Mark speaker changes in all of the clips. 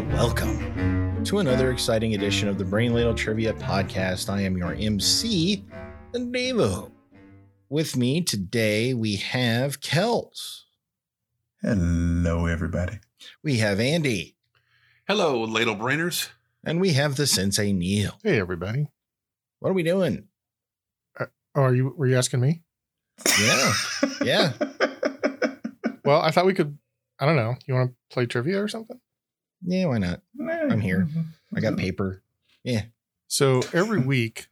Speaker 1: Welcome to another exciting edition of the Brain Ladle Trivia Podcast. I am your MC, Devo. With me today, we have Kels.
Speaker 2: Hello, everybody.
Speaker 1: We have Andy.
Speaker 3: Hello, ladle brainers.
Speaker 1: And we have the Sensei Neil.
Speaker 4: Hey, everybody.
Speaker 1: What are we doing?
Speaker 4: Oh, are you were you asking me?
Speaker 1: Yeah. Yeah.
Speaker 4: Well, I thought we could. I don't know. You want to play trivia or something?
Speaker 1: Yeah, why not?
Speaker 2: I'm
Speaker 1: here. I got paper.
Speaker 4: So every week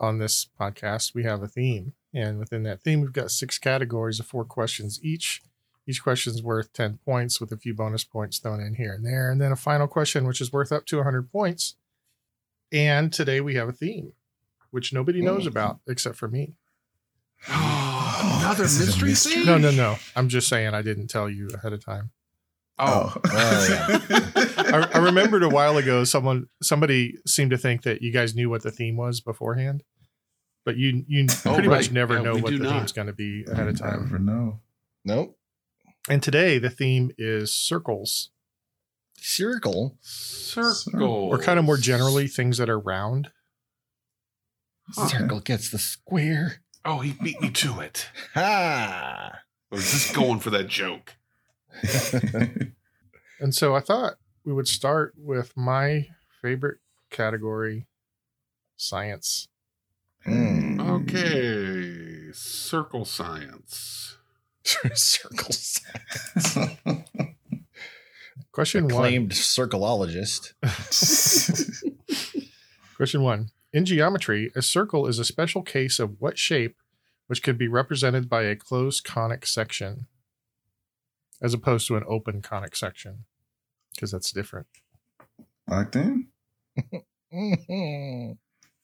Speaker 4: on this podcast, we have a theme, and within that theme, we've got six categories of four questions each. Each question's worth ten points, with a few bonus points thrown in here and there, and then a final question, which is worth up to hundred points. And today we have a theme, which nobody knows about except for me.
Speaker 3: Oh, another
Speaker 2: this is a
Speaker 3: mystery
Speaker 2: mystery.
Speaker 3: scene?
Speaker 4: No, no, no. I'm just saying I didn't tell you ahead of time.
Speaker 3: Oh,
Speaker 4: I, I remembered a while ago someone somebody seemed to think that you guys knew what the theme was beforehand, but you you
Speaker 3: Oh,
Speaker 4: pretty much
Speaker 3: right.
Speaker 4: never
Speaker 3: Yeah,
Speaker 4: know
Speaker 3: we
Speaker 4: what
Speaker 3: do
Speaker 4: the
Speaker 3: not. Mm-hmm.
Speaker 4: theme's going to be ahead of time.
Speaker 2: Never know.
Speaker 1: Nope.
Speaker 4: And today the theme is circles,
Speaker 1: Circle.
Speaker 3: circle.
Speaker 4: or kind of more generally things that are round.
Speaker 2: Uh-uh.
Speaker 3: Huh.
Speaker 1: Circle gets the square.
Speaker 3: Oh, he beat me to it.
Speaker 1: Ha!
Speaker 3: I was just going for that joke.
Speaker 4: And so I thought we would start with my favorite category, science.
Speaker 2: Hmm.
Speaker 1: Mm.
Speaker 3: Okay, circle science.
Speaker 1: Circles.
Speaker 4: Question one.
Speaker 1: Acclaimed circleologist.
Speaker 4: Question one. In geometry, a circle is a special case of what shape which could be represented by a closed conic section as opposed to an open conic section because that's different.
Speaker 2: Locked in?
Speaker 1: Mm-hmm.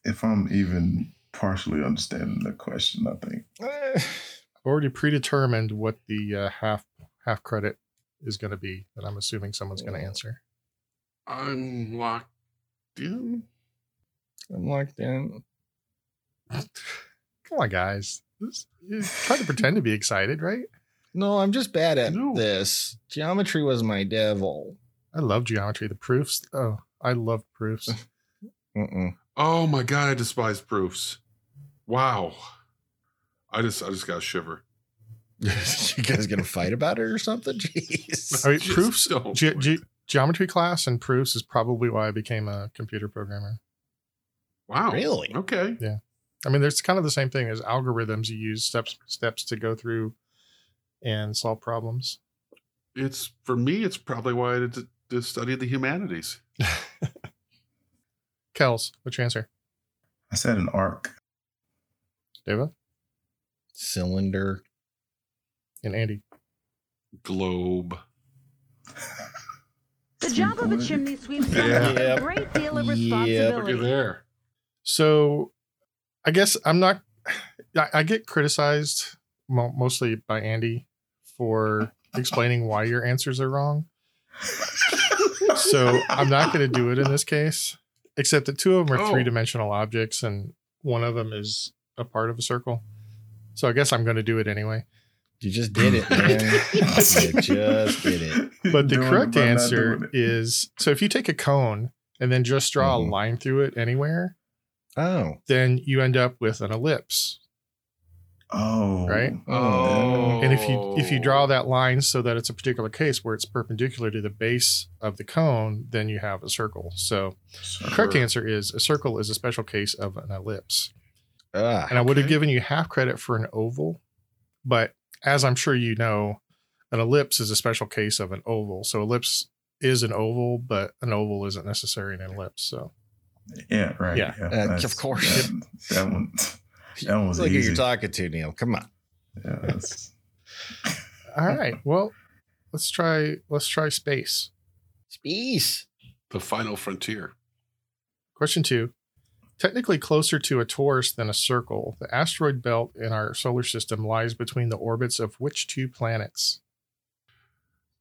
Speaker 2: If I'm even partially understanding the question, I think.
Speaker 4: I've already predetermined what the uh, half half credit is going to be that I'm assuming someone's going to answer.
Speaker 3: I'm locked in.
Speaker 1: I'm locked in.
Speaker 4: Come on, guys. This, you try to pretend to be excited, right?
Speaker 1: No, I'm just bad at
Speaker 3: No.
Speaker 1: this. Geometry was my devil.
Speaker 4: I love geometry. The proofs. Oh, I love proofs.
Speaker 1: Mm-mm.
Speaker 3: Oh my god, I despise proofs. Wow. I just I just got a shiver.
Speaker 1: you guys gonna fight about it or something? Jeez.
Speaker 4: I mean,
Speaker 3: Just
Speaker 4: proofs.
Speaker 3: don't.
Speaker 4: Ge- ge- geometry class and proofs is probably why I became a computer programmer.
Speaker 3: wow.
Speaker 1: Really?
Speaker 3: Okay.
Speaker 4: I mean, there's kind of the same thing as algorithms. You use steps steps to go through and solve problems.
Speaker 3: It's for me. It's probably why I did, did study the humanities.
Speaker 4: Kels, what's your answer?
Speaker 2: I said an arc.
Speaker 4: Deva
Speaker 1: Cylinder.
Speaker 4: and Andy.
Speaker 3: Globe.
Speaker 5: The job of a
Speaker 2: Sweet.
Speaker 5: chimney sweep comes
Speaker 3: Yeah.
Speaker 5: with
Speaker 1: Yep.
Speaker 5: a great deal of
Speaker 1: Yep.
Speaker 5: responsibility.
Speaker 3: Look at there.
Speaker 4: So, I guess I'm not. I, I get criticized mo- mostly by Andy for explaining why your answers are wrong. So I'm not going to do it in this case, except that two of them are
Speaker 3: Oh.
Speaker 4: three dimensional objects and one of them is a part of a circle. So I guess I'm going to do it anyway.
Speaker 1: You just did it, man. you just did it.
Speaker 4: But the
Speaker 2: Doing it
Speaker 4: correct
Speaker 2: by not
Speaker 4: answer
Speaker 2: doing it. Mm-hmm.
Speaker 4: is so if you take a cone and then just draw
Speaker 1: Mhm.
Speaker 4: a line through it anywhere,
Speaker 1: Oh.
Speaker 4: then you end up with an ellipse.
Speaker 2: Oh.
Speaker 4: Right?
Speaker 3: Oh.
Speaker 4: And if you if you draw that line so that it's a particular case where it's perpendicular to the base of the cone, then you have a circle. So the correct
Speaker 3: Sure.
Speaker 4: answer is a circle is a special case of an ellipse.
Speaker 1: Ah.
Speaker 4: and I would have
Speaker 3: Okay.
Speaker 4: given you half credit for an oval, but as I'm sure you know, an ellipse is a special case of an oval. So ellipse is an oval, but an oval isn't necessarily an ellipse. So
Speaker 2: Yeah, right.
Speaker 4: Yeah.
Speaker 1: Uh,
Speaker 2: that's-
Speaker 1: of course.
Speaker 2: That, that one. That one was
Speaker 1: Look who
Speaker 2: easy.
Speaker 1: you're talking to, Neil. Come on.
Speaker 2: Yeah, that's-
Speaker 4: all right, well, let's try let's try space.
Speaker 1: Space.
Speaker 3: the final frontier.
Speaker 4: Question two. Technically closer to a torus than a circle, the asteroid belt in our solar system lies between the orbits of which two planets?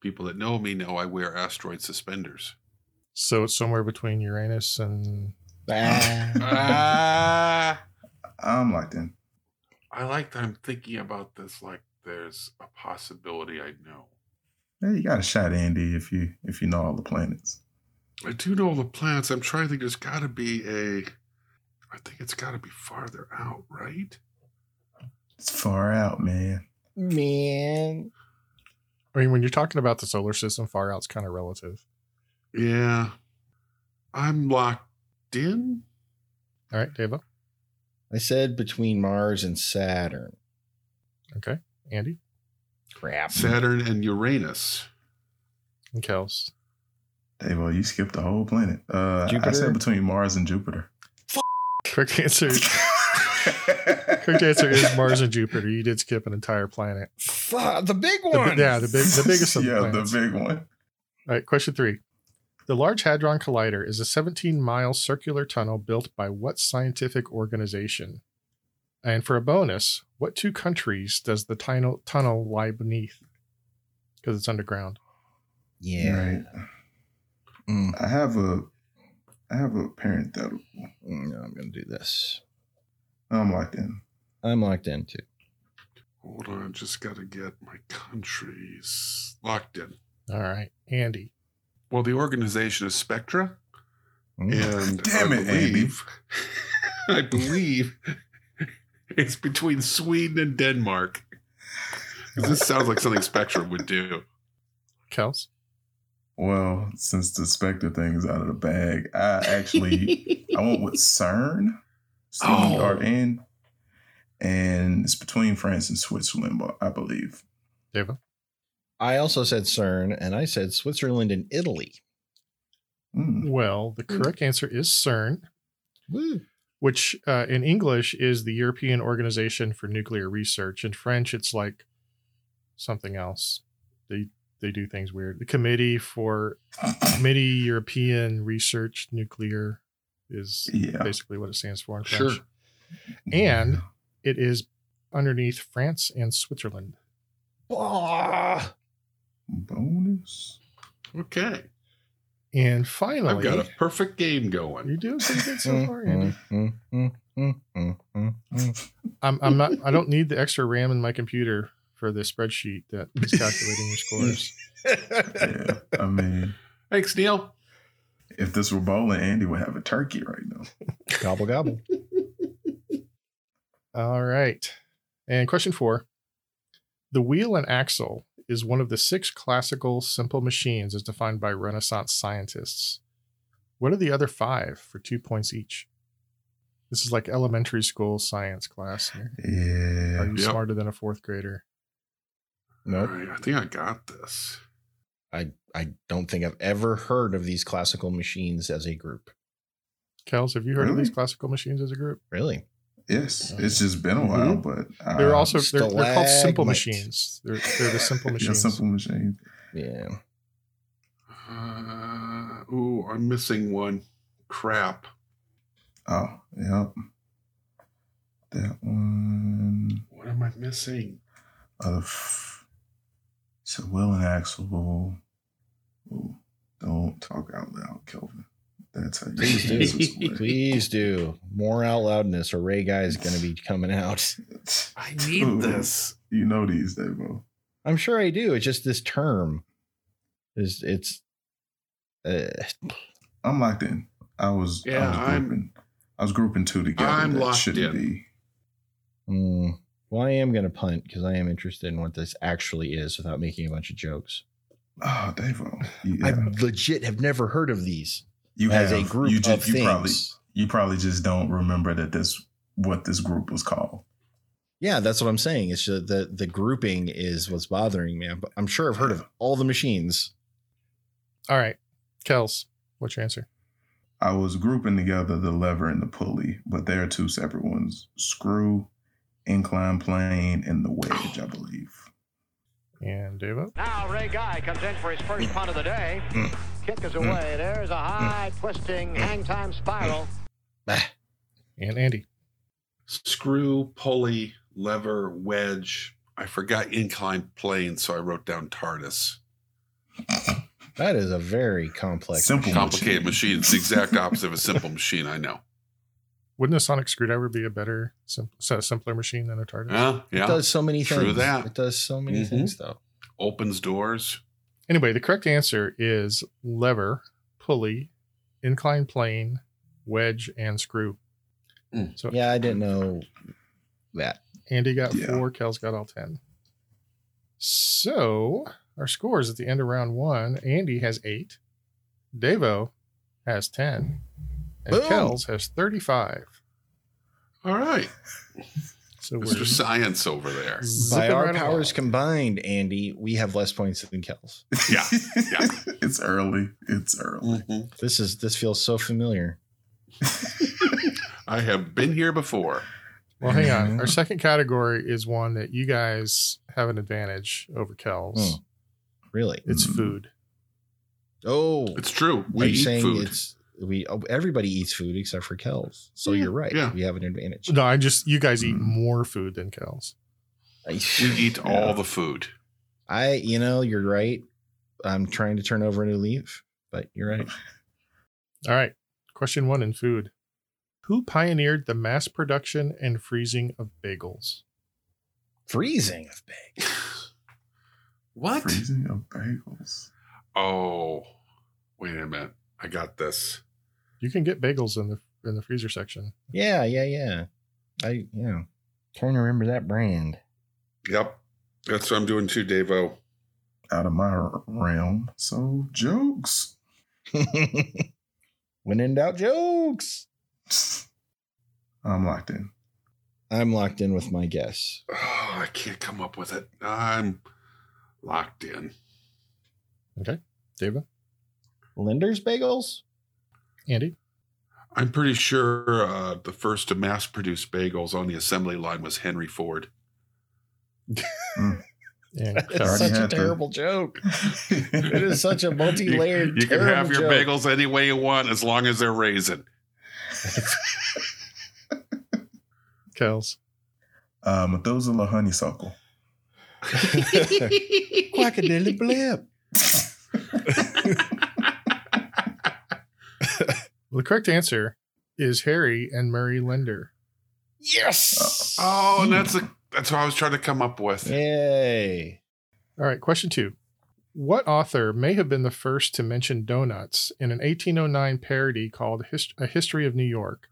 Speaker 3: People that know me know I wear asteroid suspenders.
Speaker 4: So it's somewhere between Uranus and
Speaker 1: Ah.
Speaker 3: ah,
Speaker 2: I'm locked in.
Speaker 3: I like that I'm thinking about this like there's a possibility I know.
Speaker 2: Hey, you got a shot, Andy, if you if you know all the planets.
Speaker 3: I do know the planets. I'm trying to think. There's got to be a. I think it's got to be farther out, right?
Speaker 2: It's far out, man.
Speaker 1: Man.
Speaker 4: I mean, when you're talking about the solar system, far out's kind of relative.
Speaker 3: Yeah. I'm locked in.
Speaker 4: All right, Deva.
Speaker 1: I said between Mars and Saturn.
Speaker 4: Okay. Andy
Speaker 1: Crap.
Speaker 3: Saturn and Uranus.
Speaker 4: and Kels.
Speaker 2: Dave, well, you skipped the whole planet. Uh, I
Speaker 1: Jupiter?
Speaker 2: said between Mars and Jupiter.
Speaker 4: Quick answer. Quick answer is Mars and Jupiter. You did skip an entire planet.
Speaker 1: Fuck, the big
Speaker 4: The-
Speaker 1: one.
Speaker 4: yeah, the big, the biggest of the
Speaker 2: yeah,
Speaker 4: planets.
Speaker 2: the big one.
Speaker 4: All right, question three. The Large Hadron Collider is a 17 mile circular tunnel built by what scientific organization? And for a bonus, what two countries does the tunnel, tunnel lie beneath? Because it's underground.
Speaker 1: yeah.
Speaker 2: Right.
Speaker 1: Mm,
Speaker 2: I have a, I have a parenthetical.
Speaker 1: mm, no, I'm going to do this.
Speaker 2: I'm locked in.
Speaker 1: I'm locked in too.
Speaker 3: Hold on. Just got to get my countries locked in.
Speaker 4: All right, Andy.
Speaker 3: Well, the organization is Spectra.
Speaker 1: Mm.
Speaker 3: And
Speaker 2: Damn
Speaker 3: I
Speaker 2: it, Andy.
Speaker 3: believe, I believe it's between Sweden and Denmark. 'Cause This sounds like something Spectrum would do.
Speaker 4: Kels.
Speaker 2: Well, since the Spectre thing is out of the bag, I actually I went with CERN, C E R N,
Speaker 4: Oh.
Speaker 2: and it's between France and Switzerland, but I believe.
Speaker 4: Deva.
Speaker 1: I also said CERN and I said Switzerland and Italy.
Speaker 2: Mm.
Speaker 4: Well, the correct answer is CERN,
Speaker 1: Woo.
Speaker 4: which uh, in English is the European Organization for Nuclear Research. In French, it's like something else. They they do things weird. The Committee for Committee European Research Nuclear is
Speaker 2: Yeah,
Speaker 4: basically what it stands for in
Speaker 3: Sure.
Speaker 4: French. And it is underneath France and Switzerland.
Speaker 1: Bah.
Speaker 2: bonus.
Speaker 3: Okay.
Speaker 4: And
Speaker 3: I've
Speaker 4: finally,
Speaker 3: got Mm-hmm. a perfect game
Speaker 4: you're
Speaker 3: going.
Speaker 4: doing pretty good so
Speaker 1: Mm,
Speaker 4: far, Andy.
Speaker 1: mm, mm, mm, mm, mm, mm, mm.
Speaker 4: I'm, I'm not. I don't need the extra RAM in my computer for the spreadsheet that is calculating your scores.
Speaker 1: mm.
Speaker 2: Yeah, I mean,
Speaker 3: Thanks, Neil.
Speaker 2: if this were bowling, Andy would have a turkey right now.
Speaker 1: gobble gobble.
Speaker 4: All right. And question four: The wheel and axle is one of the six classical simple machines, as defined by Renaissance scientists. What are the other five for two points each? This is like elementary school science class. here. Are
Speaker 2: Yeah,
Speaker 4: you
Speaker 3: Yep.
Speaker 4: smarter than a fourth grader?
Speaker 1: Nope.
Speaker 3: All right, I think I got this.
Speaker 1: I I don't think I've ever heard of these classical machines as a group.
Speaker 4: Kels, have you heard of
Speaker 2: Really?
Speaker 4: these classical machines as a group?
Speaker 1: Really?
Speaker 2: yes, it's just been a while, but uh,
Speaker 4: Mm-hmm. They're also they're, they're called simple
Speaker 1: stalagmite.
Speaker 4: machines. They're, they're the simple
Speaker 2: yeah,
Speaker 4: machines.
Speaker 2: simple machine.
Speaker 1: Yeah.
Speaker 3: Uh, ooh, I'm missing one. Crap.
Speaker 2: Oh, yep. That one.
Speaker 3: What am I missing?
Speaker 2: of so Will and Axel. Ooh, don't talk out loud, Kelvin. That's how you
Speaker 1: Please do.
Speaker 2: this is what-
Speaker 1: Please do. More out loudness or Ray Guy is gonna be coming out.
Speaker 3: I
Speaker 2: need this. You know these, Devo.
Speaker 1: I'm sure I do. It's just this term is it's uh,
Speaker 2: I'm locked in. I was.
Speaker 3: Yeah,
Speaker 2: I was
Speaker 3: I'm-
Speaker 2: grouping, I was grouping two together.
Speaker 3: I'm
Speaker 2: that
Speaker 3: locked
Speaker 2: shouldn't
Speaker 3: in.
Speaker 2: Be.
Speaker 1: mm, well, I am gonna punt because I am interested in what this actually is without making a bunch of jokes.
Speaker 2: Oh, Devo. You,
Speaker 1: I
Speaker 2: yeah.
Speaker 1: legit have never heard of these
Speaker 2: you
Speaker 1: as
Speaker 2: have
Speaker 1: a group
Speaker 2: You,
Speaker 1: of
Speaker 2: just, you
Speaker 1: things.
Speaker 2: probably you probably just don't remember that this what this group was called.
Speaker 1: Yeah, that's what I'm saying. It's just the the grouping is what's bothering me. I'm, I'm sure I've heard of all the machines.
Speaker 4: All right, Kels, what's your answer?
Speaker 2: I was grouping together the lever and the pulley, but they are two separate ones: screw, incline plane, and the wedge, I believe.
Speaker 4: And Deva.
Speaker 5: Now Ray Guy comes in for his first punt of the day.
Speaker 1: Mm.
Speaker 5: Kick is away. There's a high twisting hang time spiral.
Speaker 1: Bah.
Speaker 4: And Andy.
Speaker 3: Screw, pulley, lever, wedge. I forgot incline plane, so I wrote down TARDIS.
Speaker 1: That is a very complex.
Speaker 2: Simple.
Speaker 3: Complicated
Speaker 2: machine.
Speaker 3: machine. It's the exact opposite of a simple machine, I know.
Speaker 4: Wouldn't a sonic screwdriver be a better, sim- so- simpler machine than a TARDIS?
Speaker 3: Yeah,
Speaker 1: It
Speaker 3: yeah.
Speaker 1: does so many
Speaker 3: True
Speaker 1: things.
Speaker 3: that.
Speaker 1: It does so many
Speaker 4: Mm-hmm.
Speaker 3: Mhm.
Speaker 1: things though.
Speaker 3: Opens doors.
Speaker 4: Anyway, the correct answer is lever, pulley, incline plane, wedge, and screw.
Speaker 3: Mm.
Speaker 4: So
Speaker 1: Yeah, I didn't know that.
Speaker 4: Andy got
Speaker 2: Yeah.
Speaker 4: four, Kel's got all 10. So our scores at the end of round one Andy has eight, Davo has 10, and
Speaker 1: Boom.
Speaker 4: Kel's has 35.
Speaker 3: All right.
Speaker 4: So we're
Speaker 3: Mr. Science over there.
Speaker 4: zipping
Speaker 1: By our
Speaker 4: right
Speaker 1: powers
Speaker 4: along.
Speaker 1: combined, Andy, we have less points than Kells.
Speaker 3: Yeah, yeah.
Speaker 2: it's early. It's early.
Speaker 3: Mm-hmm.
Speaker 1: This is this feels so familiar.
Speaker 3: I have been here before.
Speaker 4: Well, hang on. Our second category is one that you guys have an advantage over Kel's.
Speaker 1: Hmm. Really?
Speaker 4: It's
Speaker 2: Mm.
Speaker 4: food.
Speaker 1: Oh,
Speaker 3: It's true.
Speaker 1: are
Speaker 3: We
Speaker 1: you
Speaker 3: eat
Speaker 1: saying
Speaker 3: food.
Speaker 1: it's we oh, everybody eats food except for Kells. So
Speaker 4: Yeah.
Speaker 1: you're right.
Speaker 3: Yeah.
Speaker 1: We have an advantage.
Speaker 4: No, I just, you guys eat
Speaker 2: Hmm.
Speaker 4: more food than Kel's.
Speaker 3: We
Speaker 1: I,
Speaker 3: eat all the food.
Speaker 1: I you know, you're right. I'm trying to turn over a new leaf, but you're right.
Speaker 4: All right. Question one in food Who pioneered the mass production and freezing of bagels?
Speaker 1: Freezing of bag.
Speaker 3: What?
Speaker 2: Freezing of bagels.
Speaker 3: Oh, wait a minute. I got this.
Speaker 4: You can get bagels in the in the freezer section.
Speaker 1: Yeah, yeah, yeah. I yeah. Trying to remember that brand.
Speaker 3: Yep. That's what I'm doing too, Davo.
Speaker 2: Out of my realm. So jokes.
Speaker 1: when in doubt, jokes.
Speaker 2: I'm locked in.
Speaker 1: I'm locked in with my guess.
Speaker 3: Oh, I can't come up with it. I'm locked in.
Speaker 4: David,
Speaker 1: Linder's bagels?
Speaker 4: Andy,
Speaker 3: I'm pretty sure uh, the first to mass produce bagels on the assembly line was Henry Ford.
Speaker 4: and
Speaker 1: That's
Speaker 4: Kel.
Speaker 2: Already
Speaker 1: such a
Speaker 2: had the-
Speaker 1: terrible joke. It
Speaker 2: it
Speaker 1: is such a multi-layered.
Speaker 3: You, you can have
Speaker 1: terrible
Speaker 3: your
Speaker 1: joke.
Speaker 3: bagels any way you want as long as they're raisin.
Speaker 4: Kel's.
Speaker 2: uh, Methuselah honeysuckle.
Speaker 1: Quackadilly blip.
Speaker 4: Well, the correct answer is Harry and Murray Linder.
Speaker 1: Yes.
Speaker 3: Oh, and that's a, that's what I was trying to come up with.
Speaker 1: Yay.
Speaker 4: All right, question two. What author may have been the first to mention donuts in an 1809 parody called Hist- A History of New York,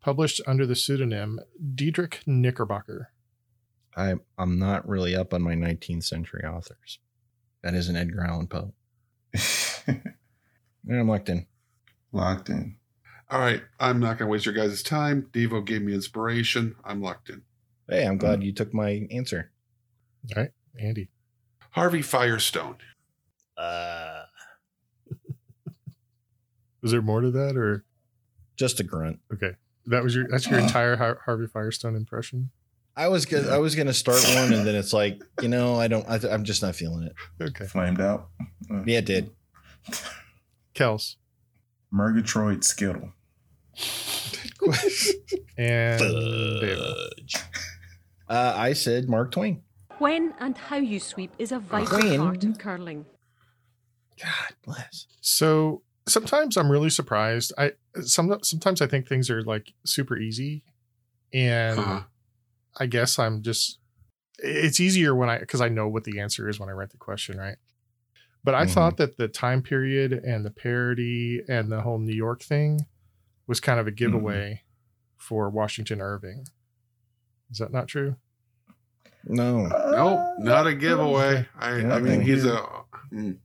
Speaker 4: published under the pseudonym Diedrich Knickerbocker?
Speaker 1: I I'm not really up on my 19th century authors. That is an Edgar Allan Poe. And I'm locked in.
Speaker 2: locked in.
Speaker 3: All right, I'm not going to waste your guys' time. Devo gave me inspiration. I'm locked in.
Speaker 1: Hey, I'm glad you took my answer.
Speaker 4: Andy,
Speaker 3: Harvey Firestone.
Speaker 1: Uh,
Speaker 4: was there more to that, or
Speaker 1: just a grunt.
Speaker 4: okay, that was your that's your entire Har- Harvey Firestone impression?
Speaker 1: I was gonna I was gonna start one, and then it's like you know I don't I, I'm just not feeling it.
Speaker 4: Okay,
Speaker 2: Flamed out. Uh,
Speaker 1: Yeah, it did.
Speaker 4: Kels
Speaker 2: Murgatroyd Skittle.
Speaker 4: and David.
Speaker 1: Fudge. Uh, I said Mark Twain.
Speaker 6: When and how you sweep is a vital
Speaker 1: When?
Speaker 6: part of curling.
Speaker 1: God bless.
Speaker 4: So sometimes I'm really surprised. I some sometimes I think things are like super easy, and
Speaker 3: Uh-huh.
Speaker 4: I guess I'm just it's easier when I because I know what the answer is when I write the question, right? But I
Speaker 1: Mhm.
Speaker 4: thought
Speaker 3: Mm-hmm.
Speaker 4: that the time period and the parody and the whole New York thing was kind of
Speaker 3: Mm-hmm.
Speaker 4: a giveaway for Washington Irving. Is that not true?
Speaker 1: No.
Speaker 3: No, not a giveaway. I,
Speaker 1: Yeah,
Speaker 3: I mean,
Speaker 1: okay.
Speaker 3: he's a. mm.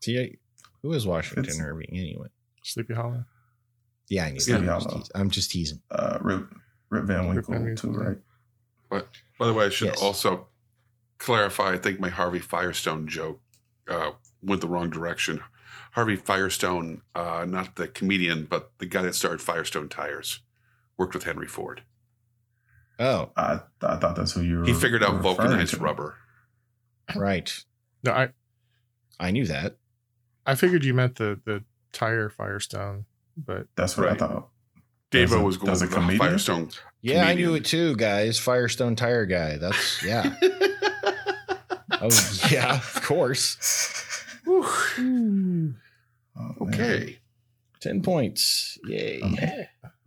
Speaker 1: See, I- who is Washington
Speaker 2: It's-
Speaker 1: Irving anyway?
Speaker 4: Sleepy Hollow.
Speaker 1: Yeah, I knew
Speaker 3: Yeah.
Speaker 1: that. I'm, just teasing. I'm just teasing.
Speaker 2: Uh, Rip, Rip Van
Speaker 4: Rip
Speaker 2: Winkle,
Speaker 4: Van Winkle,
Speaker 2: too,
Speaker 4: yeah.
Speaker 2: right?
Speaker 3: By the way, I should
Speaker 1: Yes.
Speaker 3: also clarify. I think my Harvey Firestone joke uh, went the wrong direction. Harvey Firestone, uh, not the comedian, but the guy that started Firestone Tires, worked with Henry Ford.
Speaker 1: Oh,
Speaker 2: I, I thought that's who you were.
Speaker 3: He figured out
Speaker 2: referring
Speaker 3: vulcanized
Speaker 2: to.
Speaker 3: rubber.
Speaker 1: right.
Speaker 4: No, I
Speaker 1: I knew that.
Speaker 4: I figured you meant the the tire Firestone, but
Speaker 2: That's what
Speaker 3: Right.
Speaker 2: I thought. Does
Speaker 3: Davo
Speaker 2: a-
Speaker 3: was going
Speaker 2: does a
Speaker 3: with the
Speaker 2: comedian?
Speaker 3: Firestone.
Speaker 1: Yeah, I knew
Speaker 3: Comedian.
Speaker 1: it too, guys. Firestone tire guy. That's yeah. oh yeah, of course.
Speaker 3: Whew.
Speaker 2: Oh, man.
Speaker 3: Okay.
Speaker 1: Ten points. Yay.
Speaker 2: Um,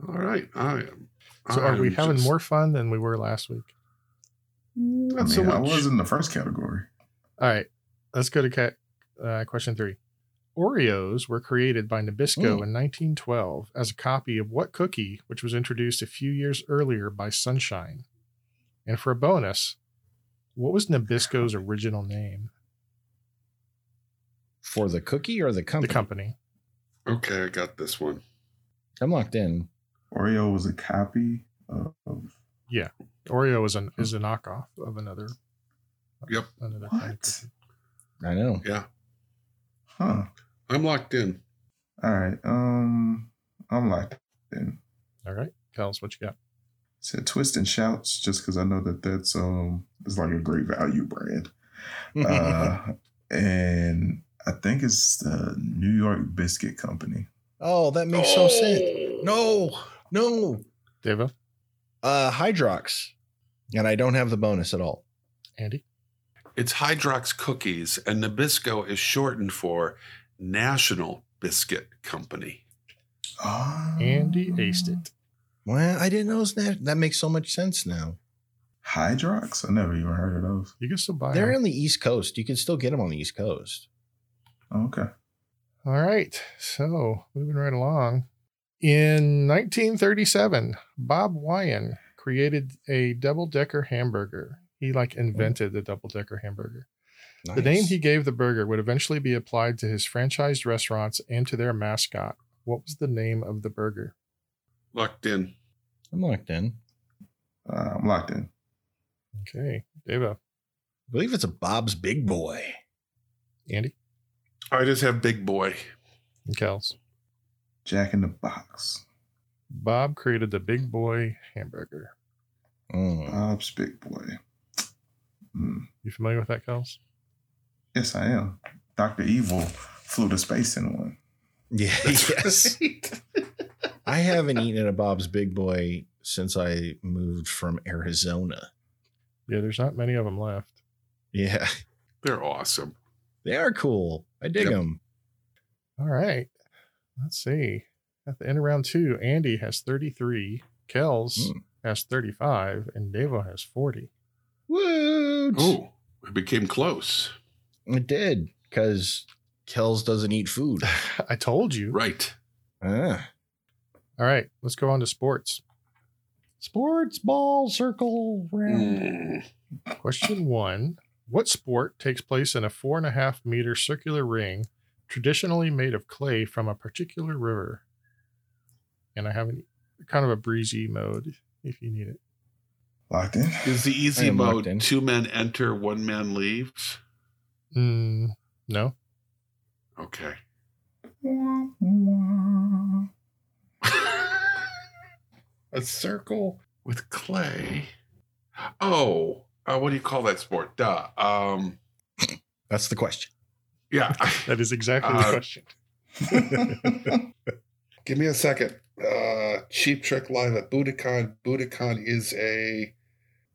Speaker 3: All right. I am.
Speaker 4: so are we
Speaker 3: I'm
Speaker 4: having
Speaker 3: just-
Speaker 4: more fun than we were last week?
Speaker 2: I,
Speaker 3: Not so
Speaker 2: mean, I
Speaker 3: much.
Speaker 2: was in the first category.
Speaker 4: All right, let's go to ca- uh, question three. Oreos were created by Nabisco
Speaker 1: Mm.
Speaker 4: in 1912 as a copy of What Cookie, which was introduced a few years earlier by Sunshine. And for a bonus, what was Nabisco's original name?
Speaker 1: for the cookie or the company?
Speaker 4: The company.
Speaker 3: Okay, I got this one.
Speaker 1: I'm locked in.
Speaker 2: Oreo was a copy of. of-
Speaker 4: Oreo is an is a knockoff of another.
Speaker 3: Yep.
Speaker 4: Another kind of
Speaker 2: What?
Speaker 4: cookie.
Speaker 1: I know.
Speaker 3: Yeah,
Speaker 2: Huh.
Speaker 3: I'm locked in.
Speaker 2: All right. Um, I'm locked in.
Speaker 4: All right, Kels, what you got?
Speaker 2: said twist and shouts just because i know that that's um it's like a great value brand uh and i think it's the new york biscuit company
Speaker 1: oh, that makes so sense. No, no.
Speaker 4: Deva,
Speaker 1: Uh Hydrox. And I don't have the bonus at all.
Speaker 4: Andy,
Speaker 3: It's Hydrox Cookies, and Nabisco is shortened for National Biscuit Company.
Speaker 2: oh
Speaker 4: Andy aced it.
Speaker 1: Well, I didn't know it was that. That makes so much sense now.
Speaker 2: hydrox i never even heard of those
Speaker 4: You can still buy
Speaker 1: They're
Speaker 4: them.
Speaker 1: on the East Coast. You can still get them on the East Coast.
Speaker 2: Oh, okay
Speaker 4: All right. So moving right along. In 1937, Bob Wyan created a double decker hamburger. He like invented the double decker hamburger. The name
Speaker 1: Nice.
Speaker 4: he gave the burger would eventually be applied to his franchised restaurants and to their mascot. What was the name of the burger?
Speaker 3: Locked in.
Speaker 1: I'm locked in.
Speaker 2: uh, i'm locked in
Speaker 4: Okay. Deva,
Speaker 1: I believe it's a Bob's Big Boy.
Speaker 4: Andy,
Speaker 3: I just have Big Boy.
Speaker 4: and Kels.
Speaker 2: jack in the box
Speaker 4: Bob created the big boy hamburger.
Speaker 1: Mm.
Speaker 2: bob's big boy Hmm.
Speaker 4: You familiar with that, Kels?
Speaker 2: yes i am dr evil flew to space in one
Speaker 1: Yeah, yes. I haven't eaten at a Bob's Big Boy since I moved from Arizona.
Speaker 4: Yeah, there's not many of them left.
Speaker 1: Yeah,
Speaker 3: They're awesome.
Speaker 1: they are cool. I dig
Speaker 3: Yep.
Speaker 1: them.
Speaker 4: All right. Let's see. At the end of round two, Andy has 33, Kells
Speaker 1: Mm.
Speaker 4: has 35, and Devo has 40.
Speaker 1: Woot!
Speaker 3: Oh, I became close.
Speaker 1: It did because Kells doesn't eat food.
Speaker 4: I told you.
Speaker 3: Right.
Speaker 1: Ah.
Speaker 4: All right. Let's go on to sports.
Speaker 1: Sports ball circle
Speaker 3: Mm.
Speaker 4: Question one What sport takes place in a four and a half meter circular ring traditionally made of clay from a particular river? And I have an, kind of a breezy mode if you need it.
Speaker 2: locked in
Speaker 3: Is the
Speaker 1: I
Speaker 3: easy
Speaker 1: am locked in.
Speaker 3: mode two men enter, one man leaves?
Speaker 4: Mm, no.
Speaker 3: Okay.
Speaker 2: Wah, wah.
Speaker 3: a circle with clay. Oh, uh, what do you call that sport? Duh. Um,
Speaker 1: That's the question.
Speaker 3: yeah.
Speaker 4: That is exactly the
Speaker 3: Uh,
Speaker 4: question.
Speaker 3: Give me a second. Uh, Cheap Trick Live at Budokan. Budokan is a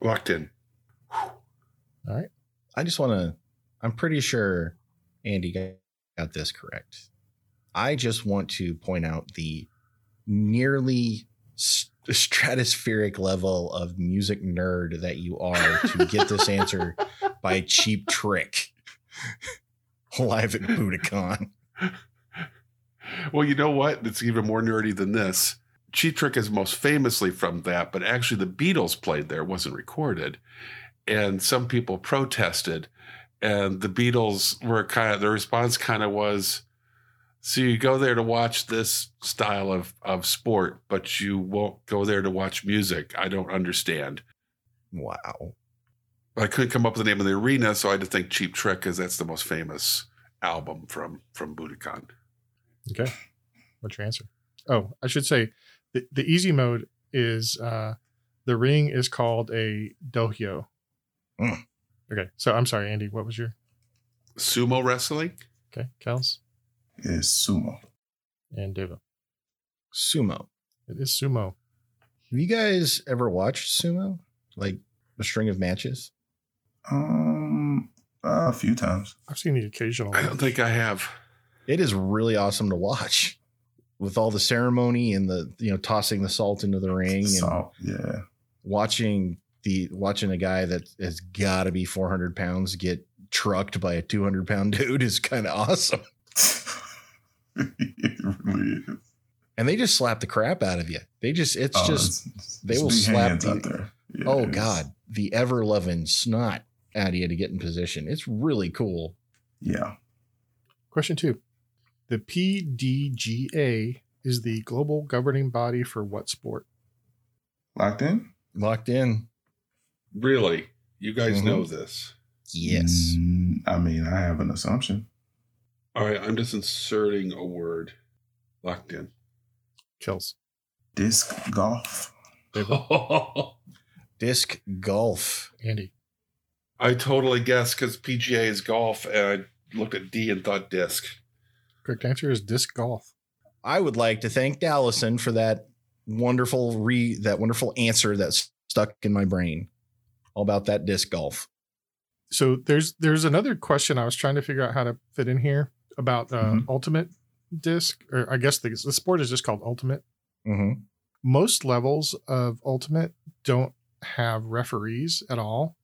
Speaker 3: locked in.
Speaker 1: I just want to. I'm pretty sure Andy got- got this correct. I just want to point out the nearly s- stratospheric level of music nerd that you are to get this answer by cheap trick live at Budokan.
Speaker 3: Well, you know what? It's even more nerdy than this. Cheap Trick is most famously from that, but actually the Beatles played there, it wasn't recorded. And some people protested. And the Beatles were kind of the response kind of was so you go there to watch this style of, of sport, but you won't go there to watch music. I don't understand.
Speaker 1: Wow.
Speaker 3: I couldn't come up with the name of the arena, so I had to think Cheap Trick because that's the most famous album from from Budokan.
Speaker 4: Okay. What's your answer? Oh, I should say the, the easy mode is uh, the ring is called a dohyo.
Speaker 1: Mm.
Speaker 4: Okay. So I'm sorry, Andy. What was your?
Speaker 3: Sumo wrestling?
Speaker 4: Okay. Kels
Speaker 2: It's sumo
Speaker 4: and Deva.
Speaker 1: Sumo.
Speaker 4: It is sumo.
Speaker 1: Have you guys ever watched Sumo? Like a string of matches?
Speaker 2: Um, a few times.
Speaker 4: I've seen the occasional.
Speaker 3: I don't think I have.
Speaker 1: it is really awesome to watch with all the ceremony and the you know tossing the salt into the ring and
Speaker 2: Salt, yeah.
Speaker 1: watching the watching a guy that has got to be 400 pounds get trucked by a 200 pound dude is kind of awesome
Speaker 2: it really is.
Speaker 1: and they just slap the crap out of you. They just it's
Speaker 2: Oh,
Speaker 1: just
Speaker 2: it's- it's
Speaker 1: they will
Speaker 2: big
Speaker 1: slap
Speaker 2: hands
Speaker 1: the-
Speaker 2: out there. Yeah,
Speaker 1: oh
Speaker 2: it's-
Speaker 1: god, the ever loving snot out of you to get in position. It's really cool.
Speaker 2: Yeah.
Speaker 4: Question two. The PDGA is the global governing body for what sport?
Speaker 2: Locked in?
Speaker 1: Locked in.
Speaker 3: Really? You guys
Speaker 1: Mhm.
Speaker 3: know this.
Speaker 1: Yes.
Speaker 2: Mm, I mean, I have an assumption.
Speaker 3: All right, I'm just inserting a word. Locked in.
Speaker 4: Kills.
Speaker 2: Disc golf.
Speaker 1: Disc golf.
Speaker 4: Andy.
Speaker 3: I totally guessed because PGA is golf, and I looked at D and thought disc.
Speaker 4: Correct answer is disc golf.
Speaker 1: I would like to thank Dallison for that wonderful re that wonderful answer that's stuck in my brain. All about that disc golf.
Speaker 4: So there's there's another question I was trying to figure out how to fit in here about uh,
Speaker 2: Mhm.
Speaker 4: ultimate disc, or I guess the, the sport is just called ultimate.
Speaker 1: Mm-hmm.
Speaker 4: most levels of Ultimate don't have referees at all.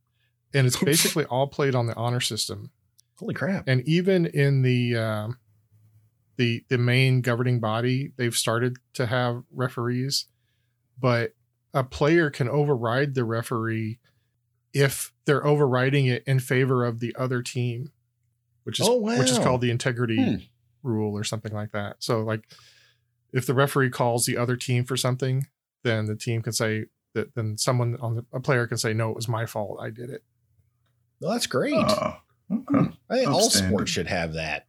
Speaker 4: And it's basically all played on the honor system.
Speaker 1: Holy crap.
Speaker 4: And even in the um, the the main governing body, they've started to have referees, but a player can override the referee if they're overriding it in favor of the other team, which is
Speaker 1: Oh,
Speaker 4: which is
Speaker 1: wow.
Speaker 4: called the integrity
Speaker 3: Hmm.
Speaker 4: rule or something like that. So like if the referee calls the other team for something, then the team can say that then someone on the, a player can say no, it was my fault, I did it.
Speaker 1: Well, that's great.
Speaker 2: Oh,
Speaker 3: Hmm.
Speaker 2: okay.
Speaker 1: I think all
Speaker 2: upstanding.
Speaker 1: sports should have that.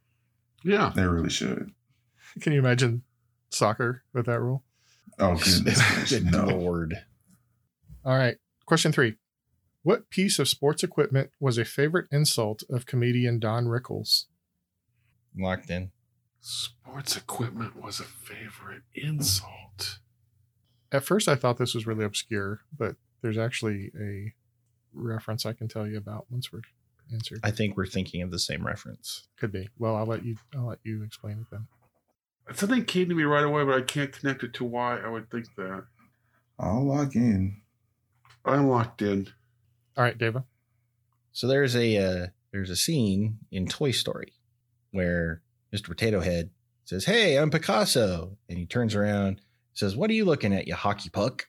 Speaker 3: Yeah.
Speaker 2: They really should.
Speaker 4: Can you imagine soccer with that rule?
Speaker 2: Oh, goodness. gracious,
Speaker 1: Good
Speaker 2: no.
Speaker 1: lord.
Speaker 4: All right. Question three. What piece of sports equipment was a favorite insult of comedian Don Rickles?
Speaker 1: Locked in.
Speaker 3: Sports equipment was a favorite insult.
Speaker 4: At first, I thought this was really obscure, but there's actually a reference I can tell you about once we're answered.
Speaker 1: I think we're thinking of the same reference.
Speaker 4: Could be. Well, I'll let you. I'll let you explain it then.
Speaker 3: Something came to me right away, but I can't connect it to why I would think that.
Speaker 2: I'll log in.
Speaker 3: I'm locked in.
Speaker 4: All right, Deva.
Speaker 1: So there's a uh, there's a scene in Toy Story where Mr. Potato Head says, "Hey, I'm Picasso," and he turns around, says, "What are you looking at, you hockey puck?"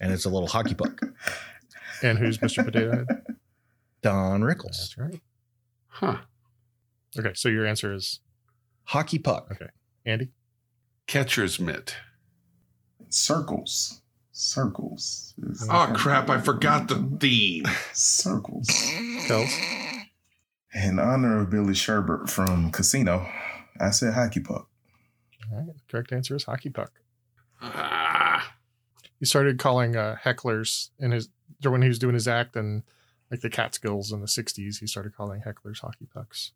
Speaker 1: And it's a little hockey puck.
Speaker 4: And who's Mr. Potato Head?
Speaker 1: Don Rickles,
Speaker 4: That's right.
Speaker 3: Huh.
Speaker 4: Okay, so your answer is
Speaker 1: hockey puck.
Speaker 4: Okay. Andy.
Speaker 3: Catcher's mitt.
Speaker 2: Circles. Circles. is- Mm-hmm.
Speaker 3: Oh, crap. I forgot the theme.
Speaker 2: Circles.
Speaker 4: Kells.
Speaker 2: In honor of Billy Sherbert from Casino, I said hockey puck.
Speaker 4: All right. Correct answer is hockey puck.
Speaker 3: Ah.
Speaker 4: he started calling uh, hecklers in his when he was doing his act and like the Catskills in the '60s. He started calling hecklers hockey pucks.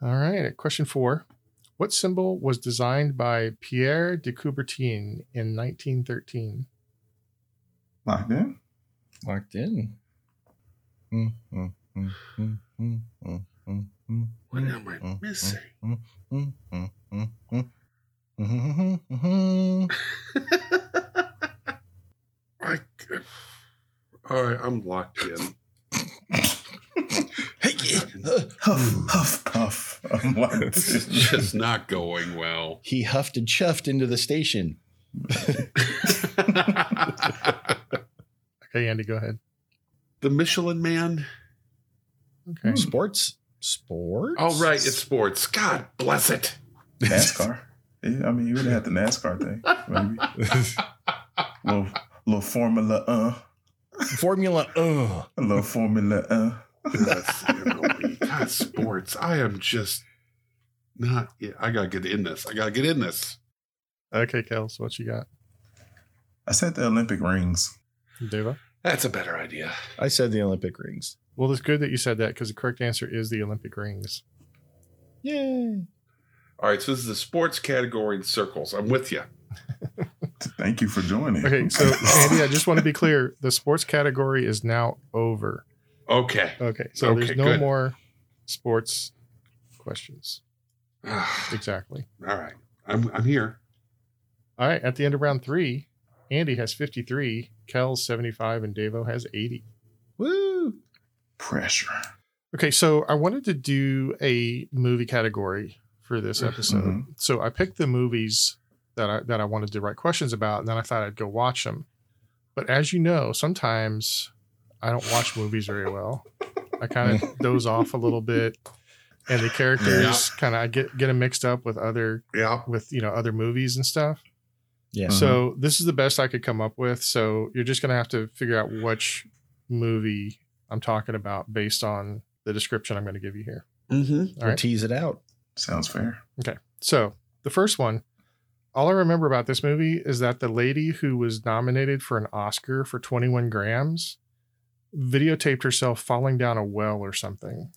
Speaker 4: All right, question four: What symbol was designed by Pierre de Coubertin in 1913?
Speaker 2: Locked in?
Speaker 1: Locked in. Mm, mm, mm, mm, mm, mm, mm, mm,
Speaker 3: What am I
Speaker 1: mm,
Speaker 3: missing?
Speaker 1: mm, mm, mm, mm, mm, mm, mm.
Speaker 3: I. All right, I'm locked in.
Speaker 1: Hey, yeah, uh,
Speaker 2: Huff, huff, puff. I'm locked in.
Speaker 3: It's Hmm. just not going well.
Speaker 1: he huffed and chuffed into the station.
Speaker 3: the
Speaker 4: Okay, Andy, go ahead.
Speaker 3: Michelin Man.
Speaker 4: Okay,
Speaker 1: Sports? Sports?
Speaker 3: All Oh, right, it's sports. God bless it.
Speaker 2: NASCAR. Yeah, I mean, you would have had the NASCAR thing, maybe. little, little Formula Uh.
Speaker 1: Formula. Uh.
Speaker 2: A little Formula Uh.
Speaker 3: That's MLB. God, sports. I am just not. Yeah, I gotta get in this. I gotta get in this.
Speaker 4: okay, Kels, what you got?
Speaker 2: I said the Olympic rings.
Speaker 4: Deva.
Speaker 3: That's a better idea.
Speaker 1: I said the Olympic rings.
Speaker 4: Well, it's good that you said that because the correct answer is the Olympic rings.
Speaker 1: Yay.
Speaker 3: All right, so this is the sports category in circles. I'm with you.
Speaker 2: Thank you for joining.
Speaker 4: Okay, so Andy, I just want to be clear: the sports category is now over.
Speaker 3: Okay.
Speaker 4: Okay, so
Speaker 3: Okay,
Speaker 4: there's no
Speaker 3: good.
Speaker 4: more sports questions.
Speaker 3: Ah,
Speaker 4: Exactly.
Speaker 3: All right, I'm I'm here.
Speaker 4: All right, at the end of round three, Andy has 53, Kel's 75, and Davo has 80.
Speaker 1: Woo.
Speaker 2: Pressure.
Speaker 4: Okay, so I wanted to do a movie category for this
Speaker 3: Mm-hmm,
Speaker 4: episode.
Speaker 2: Mhm.
Speaker 4: So I picked the movies that I that I wanted to write questions about, and then I thought I'd go watch them. But as you know, sometimes I don't watch movies very well. I kind of doze off a little bit, and the characters kind of I get get them mixed up with other
Speaker 3: Yeah.
Speaker 4: with you know other movies and stuff.
Speaker 1: Yeah.
Speaker 2: Mhm.
Speaker 4: So this is the best I could come up with. So you're just gonna have to figure out which movie I'm talking about based on the description I'm gonna give you here.
Speaker 3: Mm-hmm.
Speaker 4: All
Speaker 1: We'll
Speaker 4: right.
Speaker 1: tease it out.
Speaker 2: Sounds fair.
Speaker 4: So the first one, all I remember about this movie is that the lady who was nominated for an Oscar for 21 grams videotaped herself falling down a well or something.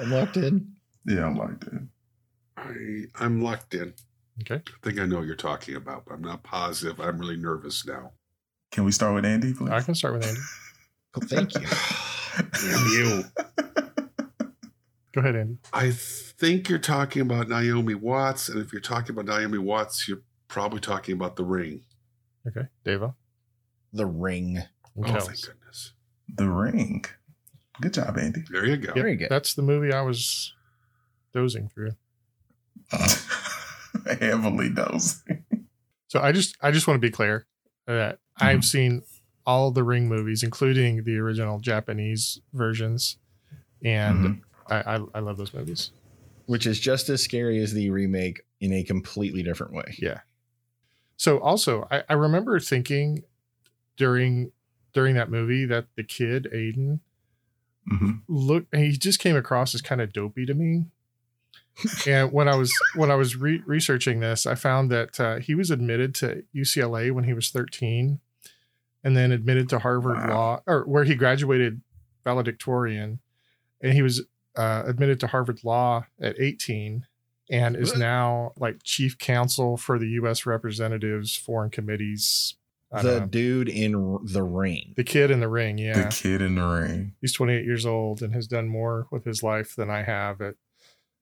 Speaker 1: I'm locked in.
Speaker 2: yeah, I'm like that.
Speaker 3: I, I'm locked in.
Speaker 4: Okay.
Speaker 3: I think I know what you're talking about, but I'm not positive. I'm really nervous now.
Speaker 2: Can we start with Andy, please?
Speaker 4: I can start with Andy.
Speaker 1: Well, thank you.
Speaker 3: Damn you.
Speaker 4: Go ahead, Andy.
Speaker 3: I think you're talking about Naomi Watts, and if you're talking about Naomi Watts, you're probably talking about The Ring.
Speaker 4: Okay. Deva.
Speaker 1: the ring.
Speaker 4: and
Speaker 3: Oh,
Speaker 4: Kels.
Speaker 3: thank goodness.
Speaker 2: The Ring. Good job, Andy.
Speaker 3: There you go.
Speaker 1: Very good.
Speaker 4: That's the movie I was dozing through.
Speaker 2: Heavily dosing.
Speaker 4: So I just I just want to be clear that I've seen all the Ring movies, including the original Japanese versions, and
Speaker 2: Mhm.
Speaker 4: I, I I love those movies.
Speaker 1: Which is just as scary as the remake in a completely different way.
Speaker 4: So also I, I remember thinking during during that movie that the kid Aiden
Speaker 2: Mhm.
Speaker 4: look he just came across as kind of dopey to me and when i was when i was re- researching this i found that uh, he was admitted to ucla when he was 13 and then admitted to harvard
Speaker 2: Wow.
Speaker 4: law or where he graduated valedictorian and he was uh, admitted to harvard law at 18 and is now like chief counsel for the us representatives foreign committees I don't
Speaker 1: The
Speaker 4: know.
Speaker 1: dude in r- the ring.
Speaker 4: the kid in the ring yeah
Speaker 2: The Kid in the Ring.
Speaker 4: he's 28 years old and has done more with his life than I have at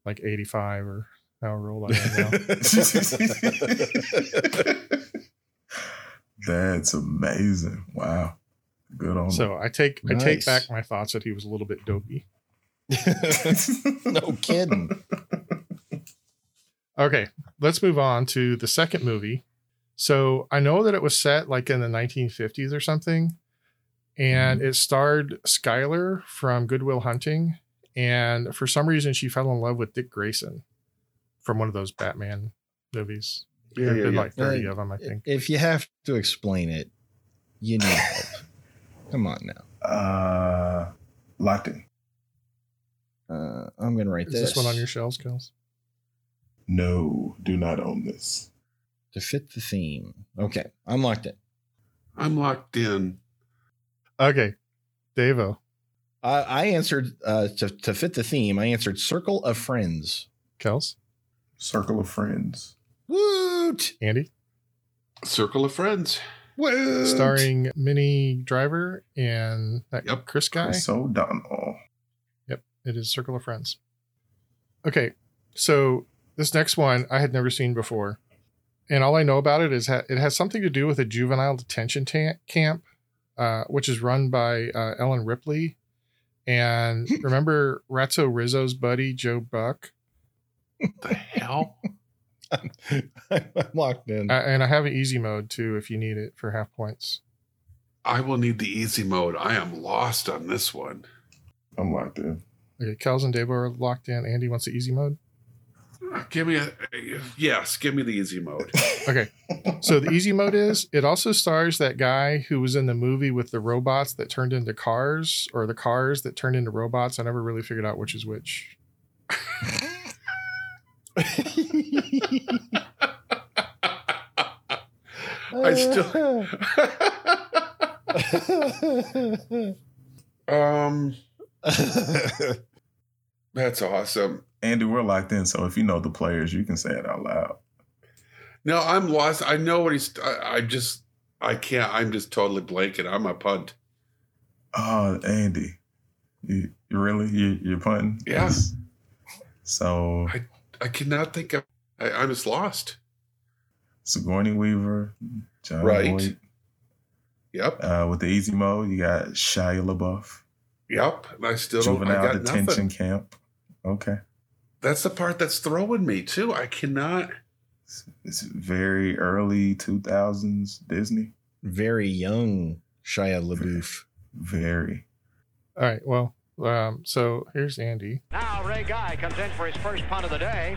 Speaker 4: like 85 or however old I am now.
Speaker 2: That's amazing. Wow. Good
Speaker 3: Oh,
Speaker 2: on him.
Speaker 4: so I take I take
Speaker 1: Nice.
Speaker 4: back my thoughts that he was a little bit dopey.
Speaker 1: no kidding.
Speaker 4: Okay, let's move on to the second movie. So I know that it was set like in the 1950s or something, and
Speaker 3: Mm-hmm.
Speaker 4: it starred Skyler from Goodwill Hunting, and for some reason she fell in love with Dick Grayson from one of those Batman movies.
Speaker 3: Yeah, yeah,
Speaker 4: there have been
Speaker 3: yeah.
Speaker 4: like 30
Speaker 1: Yeah.
Speaker 4: of them, I think.
Speaker 1: If you have to explain it, you need help. Come on now.
Speaker 2: Uh, locked in.
Speaker 1: Uh, I'm gonna write
Speaker 4: Is this one on your shelves, Kels?
Speaker 2: No, do not own this.
Speaker 1: to fit the theme. Okay, I'm locked in.
Speaker 3: I'm locked in.
Speaker 4: Okay, Davo.
Speaker 1: I, I answered uh, to to fit the theme. I answered Circle of Friends.
Speaker 4: Kels,
Speaker 2: Circle of Friends.
Speaker 1: Woot!
Speaker 4: Andy,
Speaker 3: Circle of Friends.
Speaker 1: Woot!
Speaker 4: starring Minnie Driver and that
Speaker 3: Yep.
Speaker 4: Chris guy.
Speaker 2: Chris O'Donnell.
Speaker 4: It is Circle of Friends. Okay, so this next one I had never seen before, and all I know about it is ha- it has something to do with a juvenile detention ta- camp, uh, which is run by uh, Ellen Ripley. And remember Ratso Rizzo's buddy Joe Buck,
Speaker 3: The hell?
Speaker 1: I'm locked in.
Speaker 4: uh, and I have an easy mode too if you need it for half points.
Speaker 3: I will need the easy mode. I am lost on this one.
Speaker 2: I'm locked in.
Speaker 4: Okay, Kels and Davo are locked in. Andy wants the easy mode.
Speaker 3: Give me a yes. Give me the easy mode.
Speaker 4: Okay. So the easy mode is it also stars that guy who was in the movie with the robots that turned into cars or the cars that turned into robots. I never really figured out which is which.
Speaker 3: I still. um, that's awesome.
Speaker 2: Andy, we're locked in, so if you know the players, you can say it out loud.
Speaker 3: No, I'm lost. I know what he's. I, I just. I can't. I'm just totally blanking. I'm a punt.
Speaker 2: Oh, Andy, you, you really you you're punting?
Speaker 3: Yeah.
Speaker 2: Yes. So
Speaker 3: I cannot think of. I, I'm just lost.
Speaker 2: Sigourney Weaver, John
Speaker 3: Right.
Speaker 2: Voight,
Speaker 3: Yep.
Speaker 2: Uh, with the easy mode, you got Shia LaBeouf,
Speaker 3: Yep. And I still don't, I
Speaker 2: juvenile
Speaker 3: got
Speaker 2: detention
Speaker 3: nothing.
Speaker 2: camp. Okay,
Speaker 3: That's the part that's throwing me too. I cannot.
Speaker 2: it's, it's very early two thousands Disney.
Speaker 1: Very young Shia LaBeouf.
Speaker 2: Very.
Speaker 4: All right. Well, um, so here's Andy.
Speaker 1: Mm.
Speaker 5: Now Ray Guy comes in for his first punt of the day.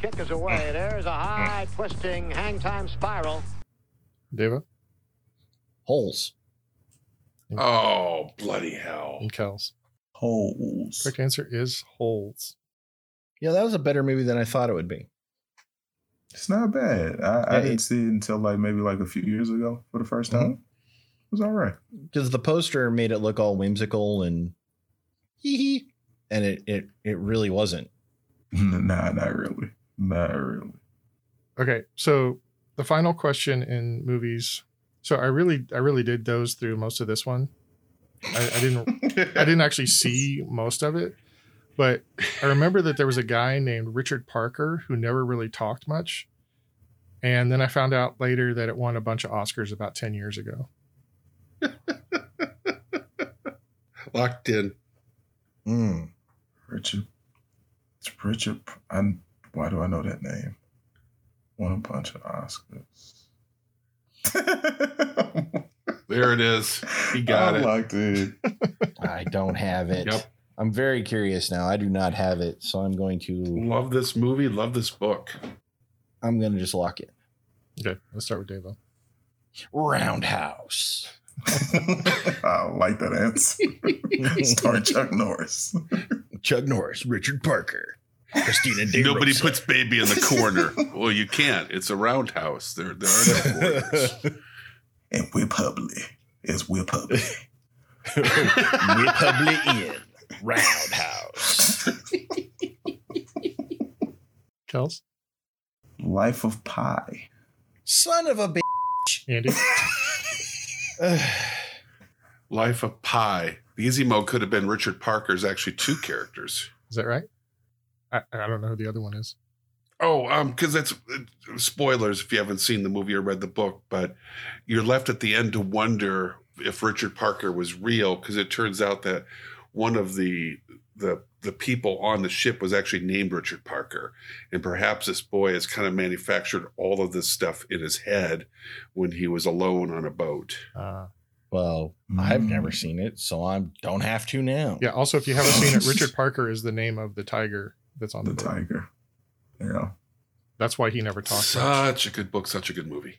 Speaker 5: Kick is
Speaker 1: Mm.
Speaker 5: away. There's a high twisting hang time spiral.
Speaker 4: Deva
Speaker 1: Holes.
Speaker 3: Oh, bloody hell.
Speaker 4: and Kels.
Speaker 2: Holes.
Speaker 4: Correct answer is holds.
Speaker 1: Yeah, that was a better movie than I thought it would be.
Speaker 2: It's not bad. I, I
Speaker 1: Yeah,
Speaker 2: didn't
Speaker 1: it- Mm-hmm.
Speaker 2: see it until like maybe like a few years ago for the first time. It was all right.
Speaker 1: Because the poster made it look all whimsical and hee hee. And it, it it really wasn't.
Speaker 2: nah, not really. Not really.
Speaker 4: Okay. So the final question in movies. So I really, I really did doze through most of this one. I, I didn't I didn't actually see most of it, but I remember that there was a guy named Richard Parker who never really talked much. And then I found out later that it won a bunch of Oscars about 10 years ago.
Speaker 3: Locked in.
Speaker 1: Mm.
Speaker 2: Richard. It's Richard. P- I'm, why do I know that name? Won a bunch of Oscars.
Speaker 3: There it is. He got
Speaker 2: I
Speaker 3: it.
Speaker 2: locked in.
Speaker 1: I don't have it.
Speaker 3: Yep.
Speaker 1: I'm very curious now. I do not have it, so I'm going to
Speaker 3: Love this movie. Love this book.
Speaker 1: I'm going to just lock it.
Speaker 4: Okay, let's start with Devo.
Speaker 1: Roundhouse.
Speaker 2: I like that answer. Star Chuck Norris.
Speaker 1: Chuck Norris, Richard Parker, Christina De
Speaker 3: Nobody
Speaker 1: Rosa.
Speaker 3: puts baby in the corner. well, you can't. It's a roundhouse. There, there are no corners.
Speaker 2: And we're public. It's we're public.
Speaker 1: Republic in Roundhouse.
Speaker 4: Kels,
Speaker 2: Life of Pi.
Speaker 1: Son of a
Speaker 4: Andy,
Speaker 1: bitch.
Speaker 3: Life of Pi. The easy mode could have been Richard Parker's actually two characters.
Speaker 4: is that right? I, I don't know who the other one is.
Speaker 3: Oh, um, because that's uh, spoilers if you haven't seen the movie or read the book, but you're left at the end to wonder if Richard Parker was real because it turns out that one of the the the people on the ship was actually named Richard Parker, and perhaps this boy has kind of manufactured all of this stuff in his head when he was alone on a boat.
Speaker 4: Uh,
Speaker 1: well, I've
Speaker 2: Mm.
Speaker 1: never seen it, so I don't have to now.
Speaker 4: yeah, also, if you haven't seen it, Richard Parker is the name of the tiger that's on the,
Speaker 2: The
Speaker 4: book.
Speaker 2: Tiger. Yeah.
Speaker 4: That's why he never talked much.
Speaker 3: Such a good book, such a good movie.